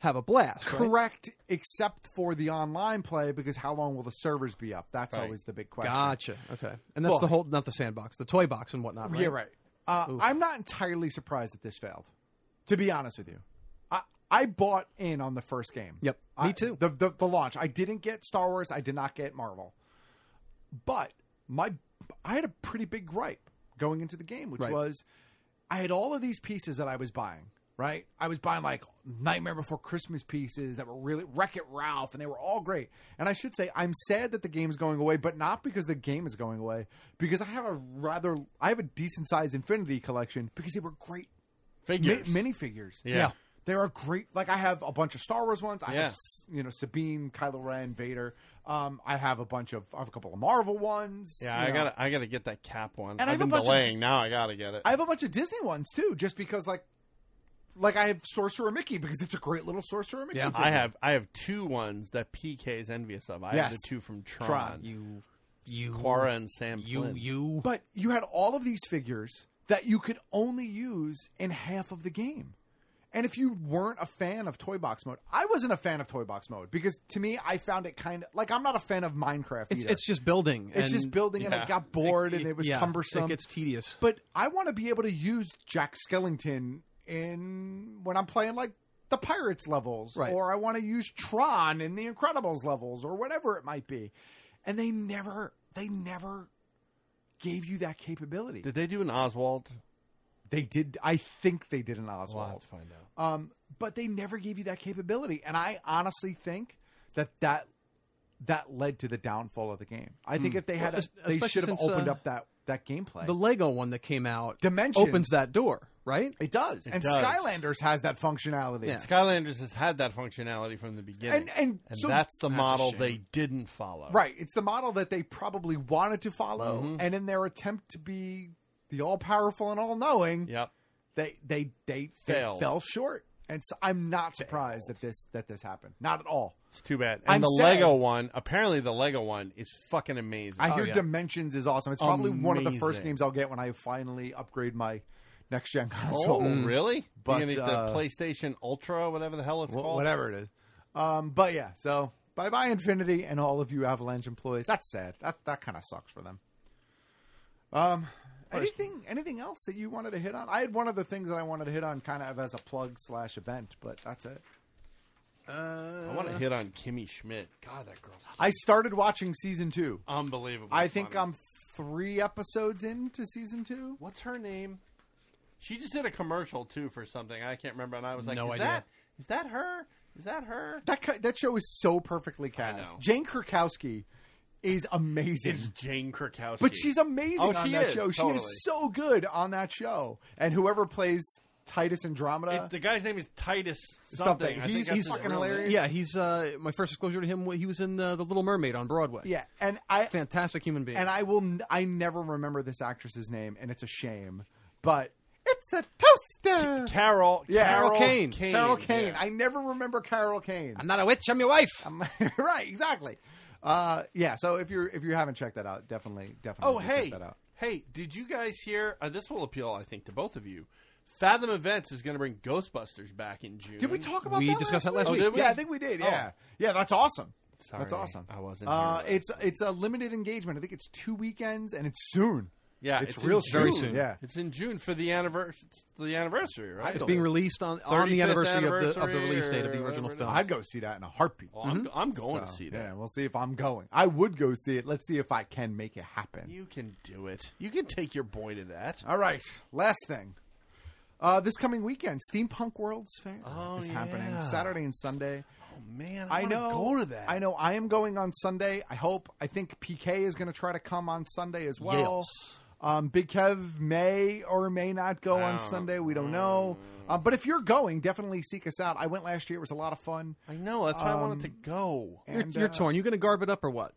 Speaker 11: have a blast. right?
Speaker 4: Correct, except for the online play, because how long will the servers be up? That's
Speaker 11: Right.
Speaker 4: always the big question.
Speaker 11: Gotcha. Okay, and that's the
Speaker 4: Well-
Speaker 11: whole not the sandbox, the toy box and whatnot. Right?
Speaker 4: Yeah, right. Uh, I'm not entirely surprised that this failed. To be honest with you, I I bought in on the first game. Yep, me too. The, the the launch. I didn't get Star Wars. I did not get Marvel. But my I had a pretty big gripe going into the game, which
Speaker 11: Right.
Speaker 4: was I had all of these pieces that I was buying. Right, I was buying like Nightmare Before Christmas pieces that were really Wreck It Ralph, and they were all great. And I should say, I'm sad that the game's going away, but not because the game is going away, because I have a rather, I have a decent sized Infinity collection because they were great
Speaker 2: Figures.
Speaker 4: mi- minifigures.
Speaker 2: Yeah. Yeah.
Speaker 4: They are great. Like I have a bunch of Star Wars ones. I
Speaker 2: Yeah.
Speaker 4: have s- you know Sabine, Kylo Ren, Vader. Um, I have a bunch of I have a couple of Marvel ones.
Speaker 2: Yeah,
Speaker 4: you
Speaker 2: I
Speaker 4: know.
Speaker 2: gotta, I gotta get that cap one.
Speaker 4: And I have
Speaker 2: I've
Speaker 4: a
Speaker 2: been
Speaker 4: bunch of-
Speaker 2: delaying. now I gotta get it.
Speaker 4: I have a bunch of Disney ones too, just because like, like I have Sorcerer Mickey because it's a great little Sorcerer Mickey.
Speaker 2: yeah,
Speaker 4: figure.
Speaker 2: I have, I have two ones that PK is envious of. I have
Speaker 4: Yes.
Speaker 2: the two from Tron.
Speaker 4: Tron.
Speaker 2: You, you, Quara and Sam. Flynn.
Speaker 11: you.
Speaker 4: But you had all of these figures that you could only use in half of the game. And if you weren't a fan of Toy Box mode, I wasn't a fan of Toy Box mode because to me, I found it kind of like I'm not a fan of Minecraft.
Speaker 11: It's,
Speaker 4: either.
Speaker 11: it's just building.
Speaker 4: It's just building, and I got bored, and it was
Speaker 11: yeah,
Speaker 4: cumbersome.
Speaker 11: It gets tedious.
Speaker 4: But I want to be able to use Jack Skellington in when I'm playing like the Pirates levels,
Speaker 11: Right.
Speaker 4: or I want to use Tron in the Incredibles levels, or whatever it might be. And they never, they never gave you that capability.
Speaker 2: Did they do an Oswald?
Speaker 4: They did. I think they did an Oswald.
Speaker 2: We'll have to find out.
Speaker 4: Um, but they never gave you that capability, and I honestly think that that that led to the downfall of the game. I think
Speaker 11: Hmm.
Speaker 4: if they had,
Speaker 11: Well,
Speaker 4: a-
Speaker 11: es-
Speaker 4: they
Speaker 11: especially
Speaker 4: should have
Speaker 11: since,
Speaker 4: opened
Speaker 11: uh,
Speaker 4: up that that gameplay.
Speaker 11: The Lego one that came out
Speaker 4: Dimensions.
Speaker 11: opens that door, right?
Speaker 4: It does, and
Speaker 2: does.
Speaker 4: Skylanders has that functionality.
Speaker 2: Skylanders has had that functionality from the beginning,
Speaker 4: And- and so-
Speaker 2: that's the
Speaker 4: That's a
Speaker 2: model
Speaker 4: shame.
Speaker 2: they didn't follow.
Speaker 4: Right, it's the model that they probably wanted to follow,
Speaker 2: Mhm.
Speaker 4: and in their attempt to be the all powerful and all knowing,
Speaker 2: Yep.
Speaker 4: they they they, they
Speaker 2: Failed.
Speaker 4: fell short. And so I'm not surprised that this that this happened. Not at all.
Speaker 2: It's too bad. And
Speaker 4: I'm
Speaker 2: the
Speaker 4: sad.
Speaker 2: Lego one, apparently the Lego one is fucking amazing.
Speaker 4: I hear Dimensions is awesome. It's probably one of the first
Speaker 2: Oh, Amazing.
Speaker 4: games I'll get when I finally upgrade my next gen
Speaker 2: Oh,
Speaker 4: console.
Speaker 2: really?
Speaker 4: Mm. But
Speaker 2: You're gonna get
Speaker 4: uh,
Speaker 2: the PlayStation Ultra, whatever the hell it's
Speaker 4: wh-
Speaker 2: called,
Speaker 4: whatever it is. Um, but yeah, so bye bye Infinity and all of you Avalanche employees. That's sad. That that kind of sucks for them. Um, anything anything else that you wanted to hit on? I had one of the things that I wanted to hit on, kind of as a plug slash event, but that's it.
Speaker 2: I want to hit on Kimmy Schmidt. God, that girl's
Speaker 4: I started watching season two.
Speaker 2: unbelievable.
Speaker 4: I think
Speaker 2: funny.
Speaker 4: I'm three episodes into season two.
Speaker 2: What's her name? She just did a commercial too for something. I can't remember, and I was like,
Speaker 11: No
Speaker 2: is
Speaker 11: idea.
Speaker 2: That, is that her? Is that her?
Speaker 4: That ki- that show is so perfectly cast. Jane Krakowski is amazing.
Speaker 2: Is Jane Krakowski?
Speaker 4: But she's amazing
Speaker 2: Oh,
Speaker 4: on
Speaker 2: she
Speaker 4: that
Speaker 2: is,
Speaker 4: show.
Speaker 2: totally.
Speaker 4: She is so good on that show. And whoever plays Titus Andromeda,
Speaker 2: It- the guy's name is Titus
Speaker 4: Something.
Speaker 2: something.
Speaker 4: He's-
Speaker 2: I think that's
Speaker 4: he's
Speaker 2: his
Speaker 4: fucking
Speaker 2: real name.
Speaker 4: hilarious.
Speaker 11: Yeah, he's uh, my first exposure to him. He was in uh, the Little Mermaid on Broadway.
Speaker 4: Yeah, and I
Speaker 11: fantastic human being.
Speaker 4: and I will n- I never remember this actress's name, and it's a shame. But it's a toaster.
Speaker 2: Carol,
Speaker 4: yeah,
Speaker 11: Carol Kane.
Speaker 4: Carol Kane.
Speaker 11: Yeah.
Speaker 4: I never remember Carol Kane.
Speaker 11: I'm not a witch. I'm your wife.
Speaker 4: right, exactly. Uh, yeah. So if you're if you haven't checked that out, definitely definitely.
Speaker 2: Oh,
Speaker 4: go check
Speaker 2: hey,
Speaker 4: that out.
Speaker 2: hey! Did you guys hear? Uh, this will appeal, I think, to both of you. Fathom Events is going to bring Ghostbusters back in June.
Speaker 4: Did we talk about that
Speaker 2: Oh, did we?
Speaker 4: Yeah, I think we did.
Speaker 2: Oh.
Speaker 4: Yeah, yeah, that's awesome.
Speaker 2: Sorry,
Speaker 4: that's awesome.
Speaker 2: I wasn't here
Speaker 4: Uh,
Speaker 2: last
Speaker 4: it's it's a limited engagement. I think it's two weekends, and it's soon.
Speaker 2: Yeah,
Speaker 4: it's,
Speaker 2: in
Speaker 4: real
Speaker 2: June.
Speaker 4: soon. Yeah,
Speaker 2: it's in June for the anniversary. The anniversary, right?
Speaker 11: It's being released on, on the
Speaker 2: 35th
Speaker 11: anniversary, of, the, of the
Speaker 2: anniversary
Speaker 11: release date of the
Speaker 2: or
Speaker 11: original
Speaker 2: whatever it
Speaker 11: film.
Speaker 4: I'd go see that in a heartbeat.
Speaker 2: Oh, I'm- Mhm. I'm going to see that.
Speaker 4: Mm-hmm. Yeah, we'll see if I'm going. I would go see it. Let's see if I can make it happen.
Speaker 2: You can do it. You can take your boy to that.
Speaker 4: All right, last thing. Uh, this coming weekend, Steampunk World's Fair
Speaker 2: Oh,
Speaker 4: is happening
Speaker 2: yeah.
Speaker 4: Saturday and Sunday.
Speaker 2: Oh man, I,
Speaker 4: I
Speaker 2: wanna
Speaker 4: know.
Speaker 2: Go to that.
Speaker 4: I know. I am going on Sunday. I hope. I think PK is going to try to come on Sunday as well.
Speaker 2: Yes.
Speaker 4: Um, Big Kev may or may not go on Sunday. We don't know. Um, but if you're going, definitely seek us out. I went last year. It was a lot of fun.
Speaker 2: I know. That's why I wanted to go.
Speaker 4: uh,
Speaker 11: You're, you're torn. You going to garb it up or what?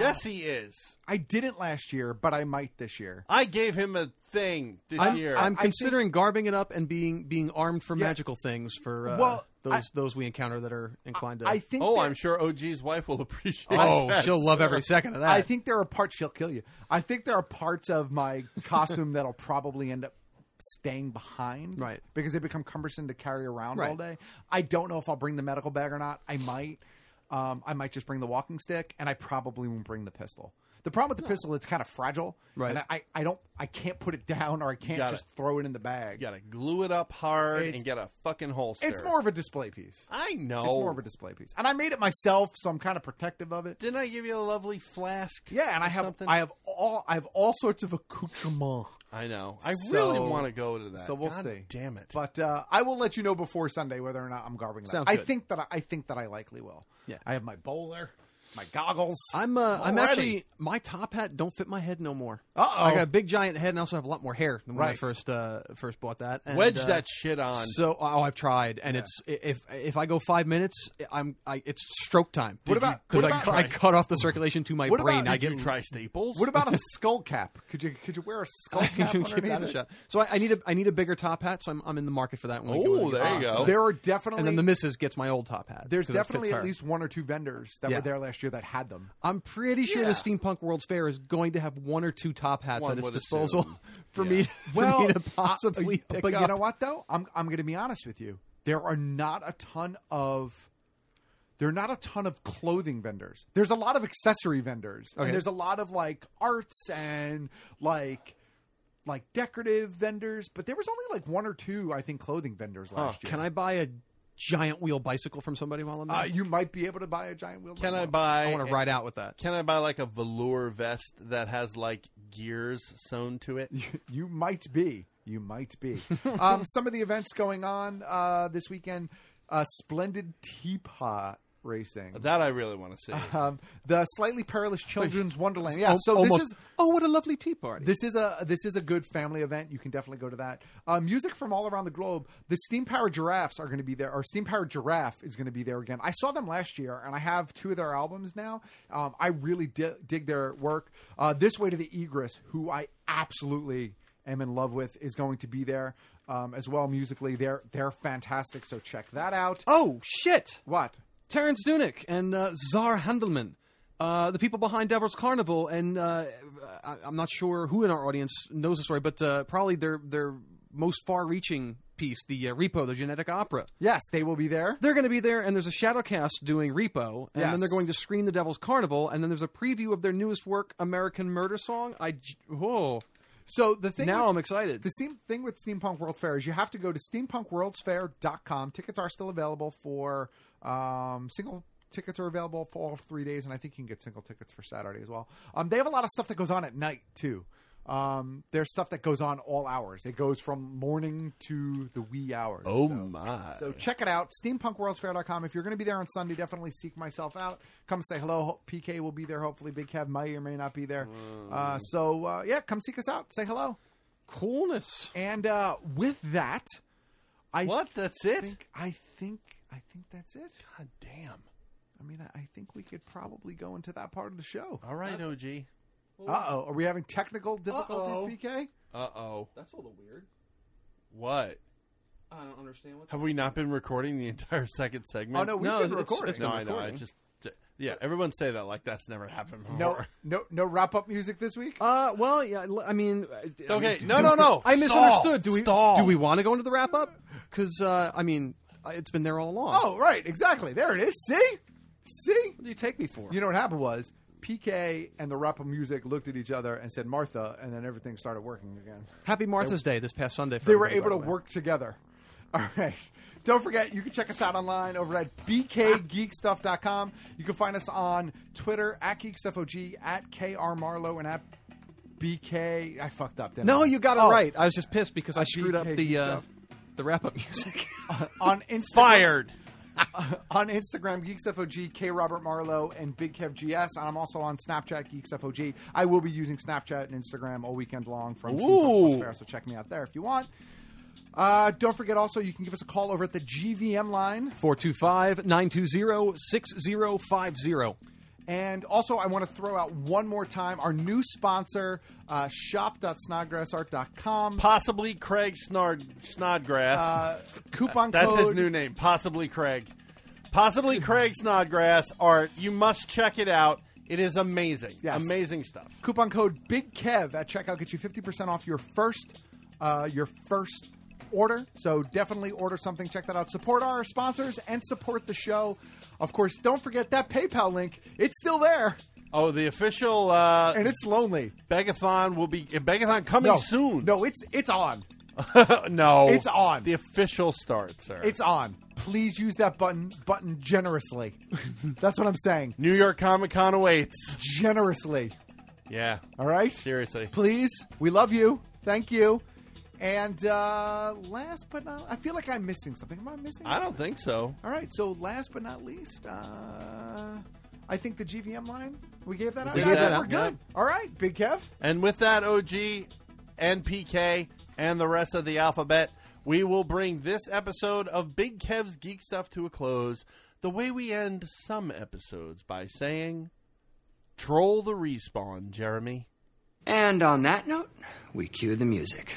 Speaker 2: yes, he is.
Speaker 4: I didn't last year, but I might this year.
Speaker 2: I gave him a thing this
Speaker 11: I'm,
Speaker 2: year.
Speaker 11: I'm considering garbing it up and being being armed for
Speaker 2: Yeah.
Speaker 11: magical things for uh,
Speaker 2: Well,
Speaker 11: those
Speaker 2: I-
Speaker 11: those we encounter that are inclined to.
Speaker 4: I think
Speaker 2: oh,
Speaker 4: that-
Speaker 2: I'm sure OG's wife will appreciate.
Speaker 11: Oh,
Speaker 2: that.
Speaker 11: she'll love every second of that.
Speaker 4: I think there are parts she'll kill you. I think there are parts of my costume that'll probably end up staying behind,
Speaker 11: Right.
Speaker 4: Because they become cumbersome to carry around all
Speaker 11: Right.
Speaker 4: day. I don't know if I'll bring the medical bag or not. I might. Um, I might just bring the walking stick, and I probably won't bring the pistol. The problem with the pistol, it's kind of fragile,
Speaker 2: Right.
Speaker 4: And I- I, I don't, I can't put it down, or I can't
Speaker 2: gotta-
Speaker 4: just throw it in the bag.
Speaker 2: Gotta glue it up hard
Speaker 4: It's-
Speaker 2: and get a fucking holster.
Speaker 4: It's more of a display piece.
Speaker 2: I know.
Speaker 4: It's more of a display piece, and I made it myself, so I'm kind of protective of it.
Speaker 2: Didn't I give you a lovely flask?
Speaker 4: Yeah, and I have
Speaker 2: something?
Speaker 4: I have all I have all sorts of accoutrement.
Speaker 2: I know. I really want to go to that.
Speaker 4: So we'll
Speaker 2: God
Speaker 4: see.
Speaker 2: Damn it!
Speaker 4: But uh, I will let you know before Sunday whether or not I'm garbing that.
Speaker 11: Sounds
Speaker 4: I
Speaker 11: good.
Speaker 4: think that I, I think that I likely will.
Speaker 11: Yeah.
Speaker 4: I have my bowler, my goggles.
Speaker 11: I'm uh,
Speaker 4: already.
Speaker 11: I'm actually my top hat don't fit my head no more.
Speaker 4: Uh-oh.
Speaker 11: I got a big giant head and I also have a lot more hair than when I
Speaker 4: Right.
Speaker 11: first uh, first bought that. And,
Speaker 2: Wedge
Speaker 11: uh,
Speaker 2: that shit on.
Speaker 11: So oh, I've tried, and it's i- if if I go five minutes, I'm I, it's stroke time.
Speaker 4: What about-
Speaker 11: because
Speaker 4: what
Speaker 11: I,
Speaker 4: about-
Speaker 11: cu- I cut off the circulation to my
Speaker 4: What
Speaker 11: brain?
Speaker 4: about-
Speaker 11: I
Speaker 4: Did
Speaker 11: get
Speaker 4: you
Speaker 2: try staples.
Speaker 4: What about a skull cap? Could you could you wear a skull cap
Speaker 11: Give that
Speaker 4: underneath
Speaker 11: a
Speaker 4: it?
Speaker 11: shot. So I, I need a I need a bigger top hat. So I'm I'm in the market for that one.
Speaker 2: Oh, there you go.
Speaker 4: There are
Speaker 11: And
Speaker 4: definitely-
Speaker 11: then the missus gets my old top hat.
Speaker 4: There's
Speaker 11: 'cause it fits
Speaker 4: definitely at
Speaker 11: her.
Speaker 4: least one or two vendors that
Speaker 11: Yeah.
Speaker 4: were there last year that had them.
Speaker 11: I'm pretty sure the Steampunk World's Fair is going to have one or two top hats
Speaker 4: One
Speaker 11: at its
Speaker 4: would
Speaker 11: disposal
Speaker 4: assume.
Speaker 11: for me to, for
Speaker 4: Well,
Speaker 11: me to possibly
Speaker 4: I- uh,
Speaker 11: pick
Speaker 4: but
Speaker 11: up.
Speaker 4: you know what though? I'm I'm going to be honest with you. There are not a ton of there are not a ton of clothing vendors. There's a lot of accessory vendors.
Speaker 11: Okay.
Speaker 4: And there's a lot of like arts and like like decorative vendors, but there was only like one or two I think clothing vendors
Speaker 11: Huh.
Speaker 4: last year.
Speaker 11: Can I buy a giant wheel bicycle from somebody while I'm there?
Speaker 4: uh, you might be able to buy a giant wheel.
Speaker 2: Can I
Speaker 4: bicycle.
Speaker 2: buy?
Speaker 11: I wanna ride out with that.
Speaker 2: Can I buy like a velour vest that has like gears sewn to it?
Speaker 4: You might be. You might be. um, some of the events going on uh, this weekend: uh, splendid teapot racing.
Speaker 2: that I really want to see.
Speaker 4: Um, the slightly perilous children's wonderland. Yeah,
Speaker 11: Al-
Speaker 4: so
Speaker 11: almost-
Speaker 4: this is
Speaker 11: oh, what a lovely tea party.
Speaker 4: this is a this is a good family event. You can definitely go to that. Uh, music from all around the globe. The steam powered giraffes are going to be there. Or steam powered giraffe is going to be there again. I saw them last year, and I have two of their albums now. Um, I really di- dig their work. Uh, this way to the egress, who I absolutely am in love with, is going to be there um, as well musically. They're they're fantastic. So check that out.
Speaker 11: Oh shit!
Speaker 4: What?
Speaker 11: Terrence Dunick and uh, Czar Handelman, uh, the people behind Devil's Carnival, and uh, I, I'm not sure who in our audience knows the story, but uh, probably their their most far-reaching piece, the uh, Repo, the Genetic Opera.
Speaker 4: Yes, they will be there.
Speaker 11: They're going to be there, and there's a Shadowcast doing Repo, and
Speaker 4: Yes.
Speaker 11: then they're going to screen the Devil's Carnival, and then there's a preview of their newest work, American Murder Song. I j- whoa.
Speaker 4: So the thing
Speaker 11: Now
Speaker 4: with-
Speaker 11: I'm excited.
Speaker 4: The same thing with Steampunk World Fair is you have to go to steampunkworldsfair.com. Tickets are still available for um, single tickets are available for all three days, and I think you can get single tickets for Saturday as well. Um, they have a lot of stuff that goes on at night too. Um, there's stuff that goes on all hours. It goes from morning to the wee hours.
Speaker 2: Oh
Speaker 4: So-
Speaker 2: my!
Speaker 4: so check it out, steampunkworldsfair.com. If you're going to be there on Sunday, definitely seek myself out. Come say hello. Ho- PK will be there. Hopefully, Big Kev may or may not be there. Uh, so uh, yeah, come seek us out. Say hello.
Speaker 11: Coolness.
Speaker 4: And uh, with that, I
Speaker 2: what? That's it.
Speaker 4: think I think I think that's it.
Speaker 2: God damn!
Speaker 4: I mean, I- I think we could probably go into that part of the show.
Speaker 2: All right, OG.
Speaker 4: Uh oh, are we having technical difficulties, PK?
Speaker 2: Uh oh.
Speaker 11: That's a little weird.
Speaker 2: What?
Speaker 11: I don't understand what.
Speaker 2: Have we not been recording the entire second segment?
Speaker 4: Oh, no, we've No, been it's- it's- recording. it's been
Speaker 2: no, I know. I
Speaker 11: recording.
Speaker 2: just uh, yeah. Everyone say that like that's never happened before.
Speaker 4: No, no, no wrap up music this week.
Speaker 11: Uh, well, yeah. l- I mean,
Speaker 2: Okay, no, no, no.
Speaker 11: I
Speaker 2: Stall.
Speaker 11: misunderstood. Do we
Speaker 2: Stall.
Speaker 11: do we want to go into the wrap up? Because uh, I mean, I- it's been there all along.
Speaker 4: Oh, right, exactly. There it is. See, see.
Speaker 11: what do you take me for?
Speaker 4: You know what happened was PK and the rap of music looked at each other and said Martha, and then everything started working again.
Speaker 11: Happy Martha's Day this past Sunday. For
Speaker 4: They were
Speaker 11: everybody,
Speaker 4: able to
Speaker 11: by the way.
Speaker 4: work together. All right. Don't forget, you can check us out online over at bkgeekstuff.com. You can find us on Twitter at geekstuffog, at krmarlow, and at bk. I fucked up. Didn't
Speaker 11: No,
Speaker 4: I?
Speaker 11: you got it
Speaker 4: Oh,
Speaker 11: right. I was just pissed because I
Speaker 4: Uh,
Speaker 11: screwed up
Speaker 4: BKG
Speaker 11: the uh,
Speaker 4: stuff.
Speaker 11: the wrap up music.
Speaker 4: on Instagram.
Speaker 2: Fired.
Speaker 4: on Instagram, GeeksFOG, K Robert Marlowe, and Big Kev GS. And I'm also on Snapchat, GeeksFOG. I will be using Snapchat and Instagram all weekend long from
Speaker 2: Ooh.
Speaker 4: Steampunk World's Fair, so check me out there if you want. Uh, don't forget also, you can give us a call over at the GVM line.
Speaker 11: 425 920 6050.
Speaker 4: And also, I want to throw out one more time our new sponsor, uh, shop.snodgrassart.com.
Speaker 2: Possibly Craig Snard, Snodgrass.
Speaker 4: Uh, coupon
Speaker 2: That's his
Speaker 4: code-
Speaker 2: new name. Possibly Craig. Possibly Craig Snodgrass art. You must check it out. It is amazing.
Speaker 4: Yes.
Speaker 2: Amazing stuff.
Speaker 4: Coupon code Big Kev at checkout gets you fifty percent off your first, uh, your first order. So definitely order something. Check that out. Support our sponsors and support the show. Of course, don't forget that PayPal link. It's still there.
Speaker 2: Oh, the official uh,
Speaker 4: and it's lonely.
Speaker 2: Begathon will be Begathon coming
Speaker 4: No.
Speaker 2: soon.
Speaker 4: No, it's it's on.
Speaker 2: no,
Speaker 4: It's on.
Speaker 2: The official start, sir.
Speaker 4: It's on. Please use that button button generously. That's what I'm saying.
Speaker 2: New York Comic Con awaits.
Speaker 4: Generously.
Speaker 2: Yeah.
Speaker 4: All right.
Speaker 2: Seriously.
Speaker 4: Please, we love you. Thank you. And uh, last but not, I feel like I'm missing something. Am I missing?
Speaker 2: I don't think so.
Speaker 4: All right. So last but not least, uh, I think the GVM line we gave that out.
Speaker 2: did
Speaker 4: Yeah,
Speaker 2: that.
Speaker 4: We're good. All right, Big Kev.
Speaker 2: And with that, OG and PK and the rest of the alphabet, we will bring this episode of Big Kev's Geek Stuff to a close the way we end some episodes by saying, Troll the respawn, Jeremy.
Speaker 15: And on that note, we cue the music.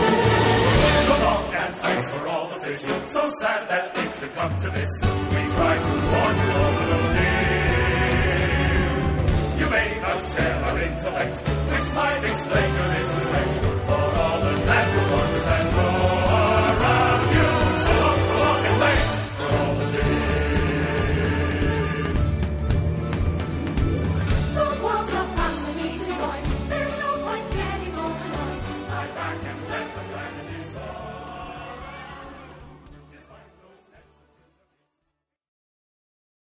Speaker 16: Come on, and thanks for all the fish. So sad that it should come to this. We try to warn you all, but oh dear. You may not share our intellect, which might explain your this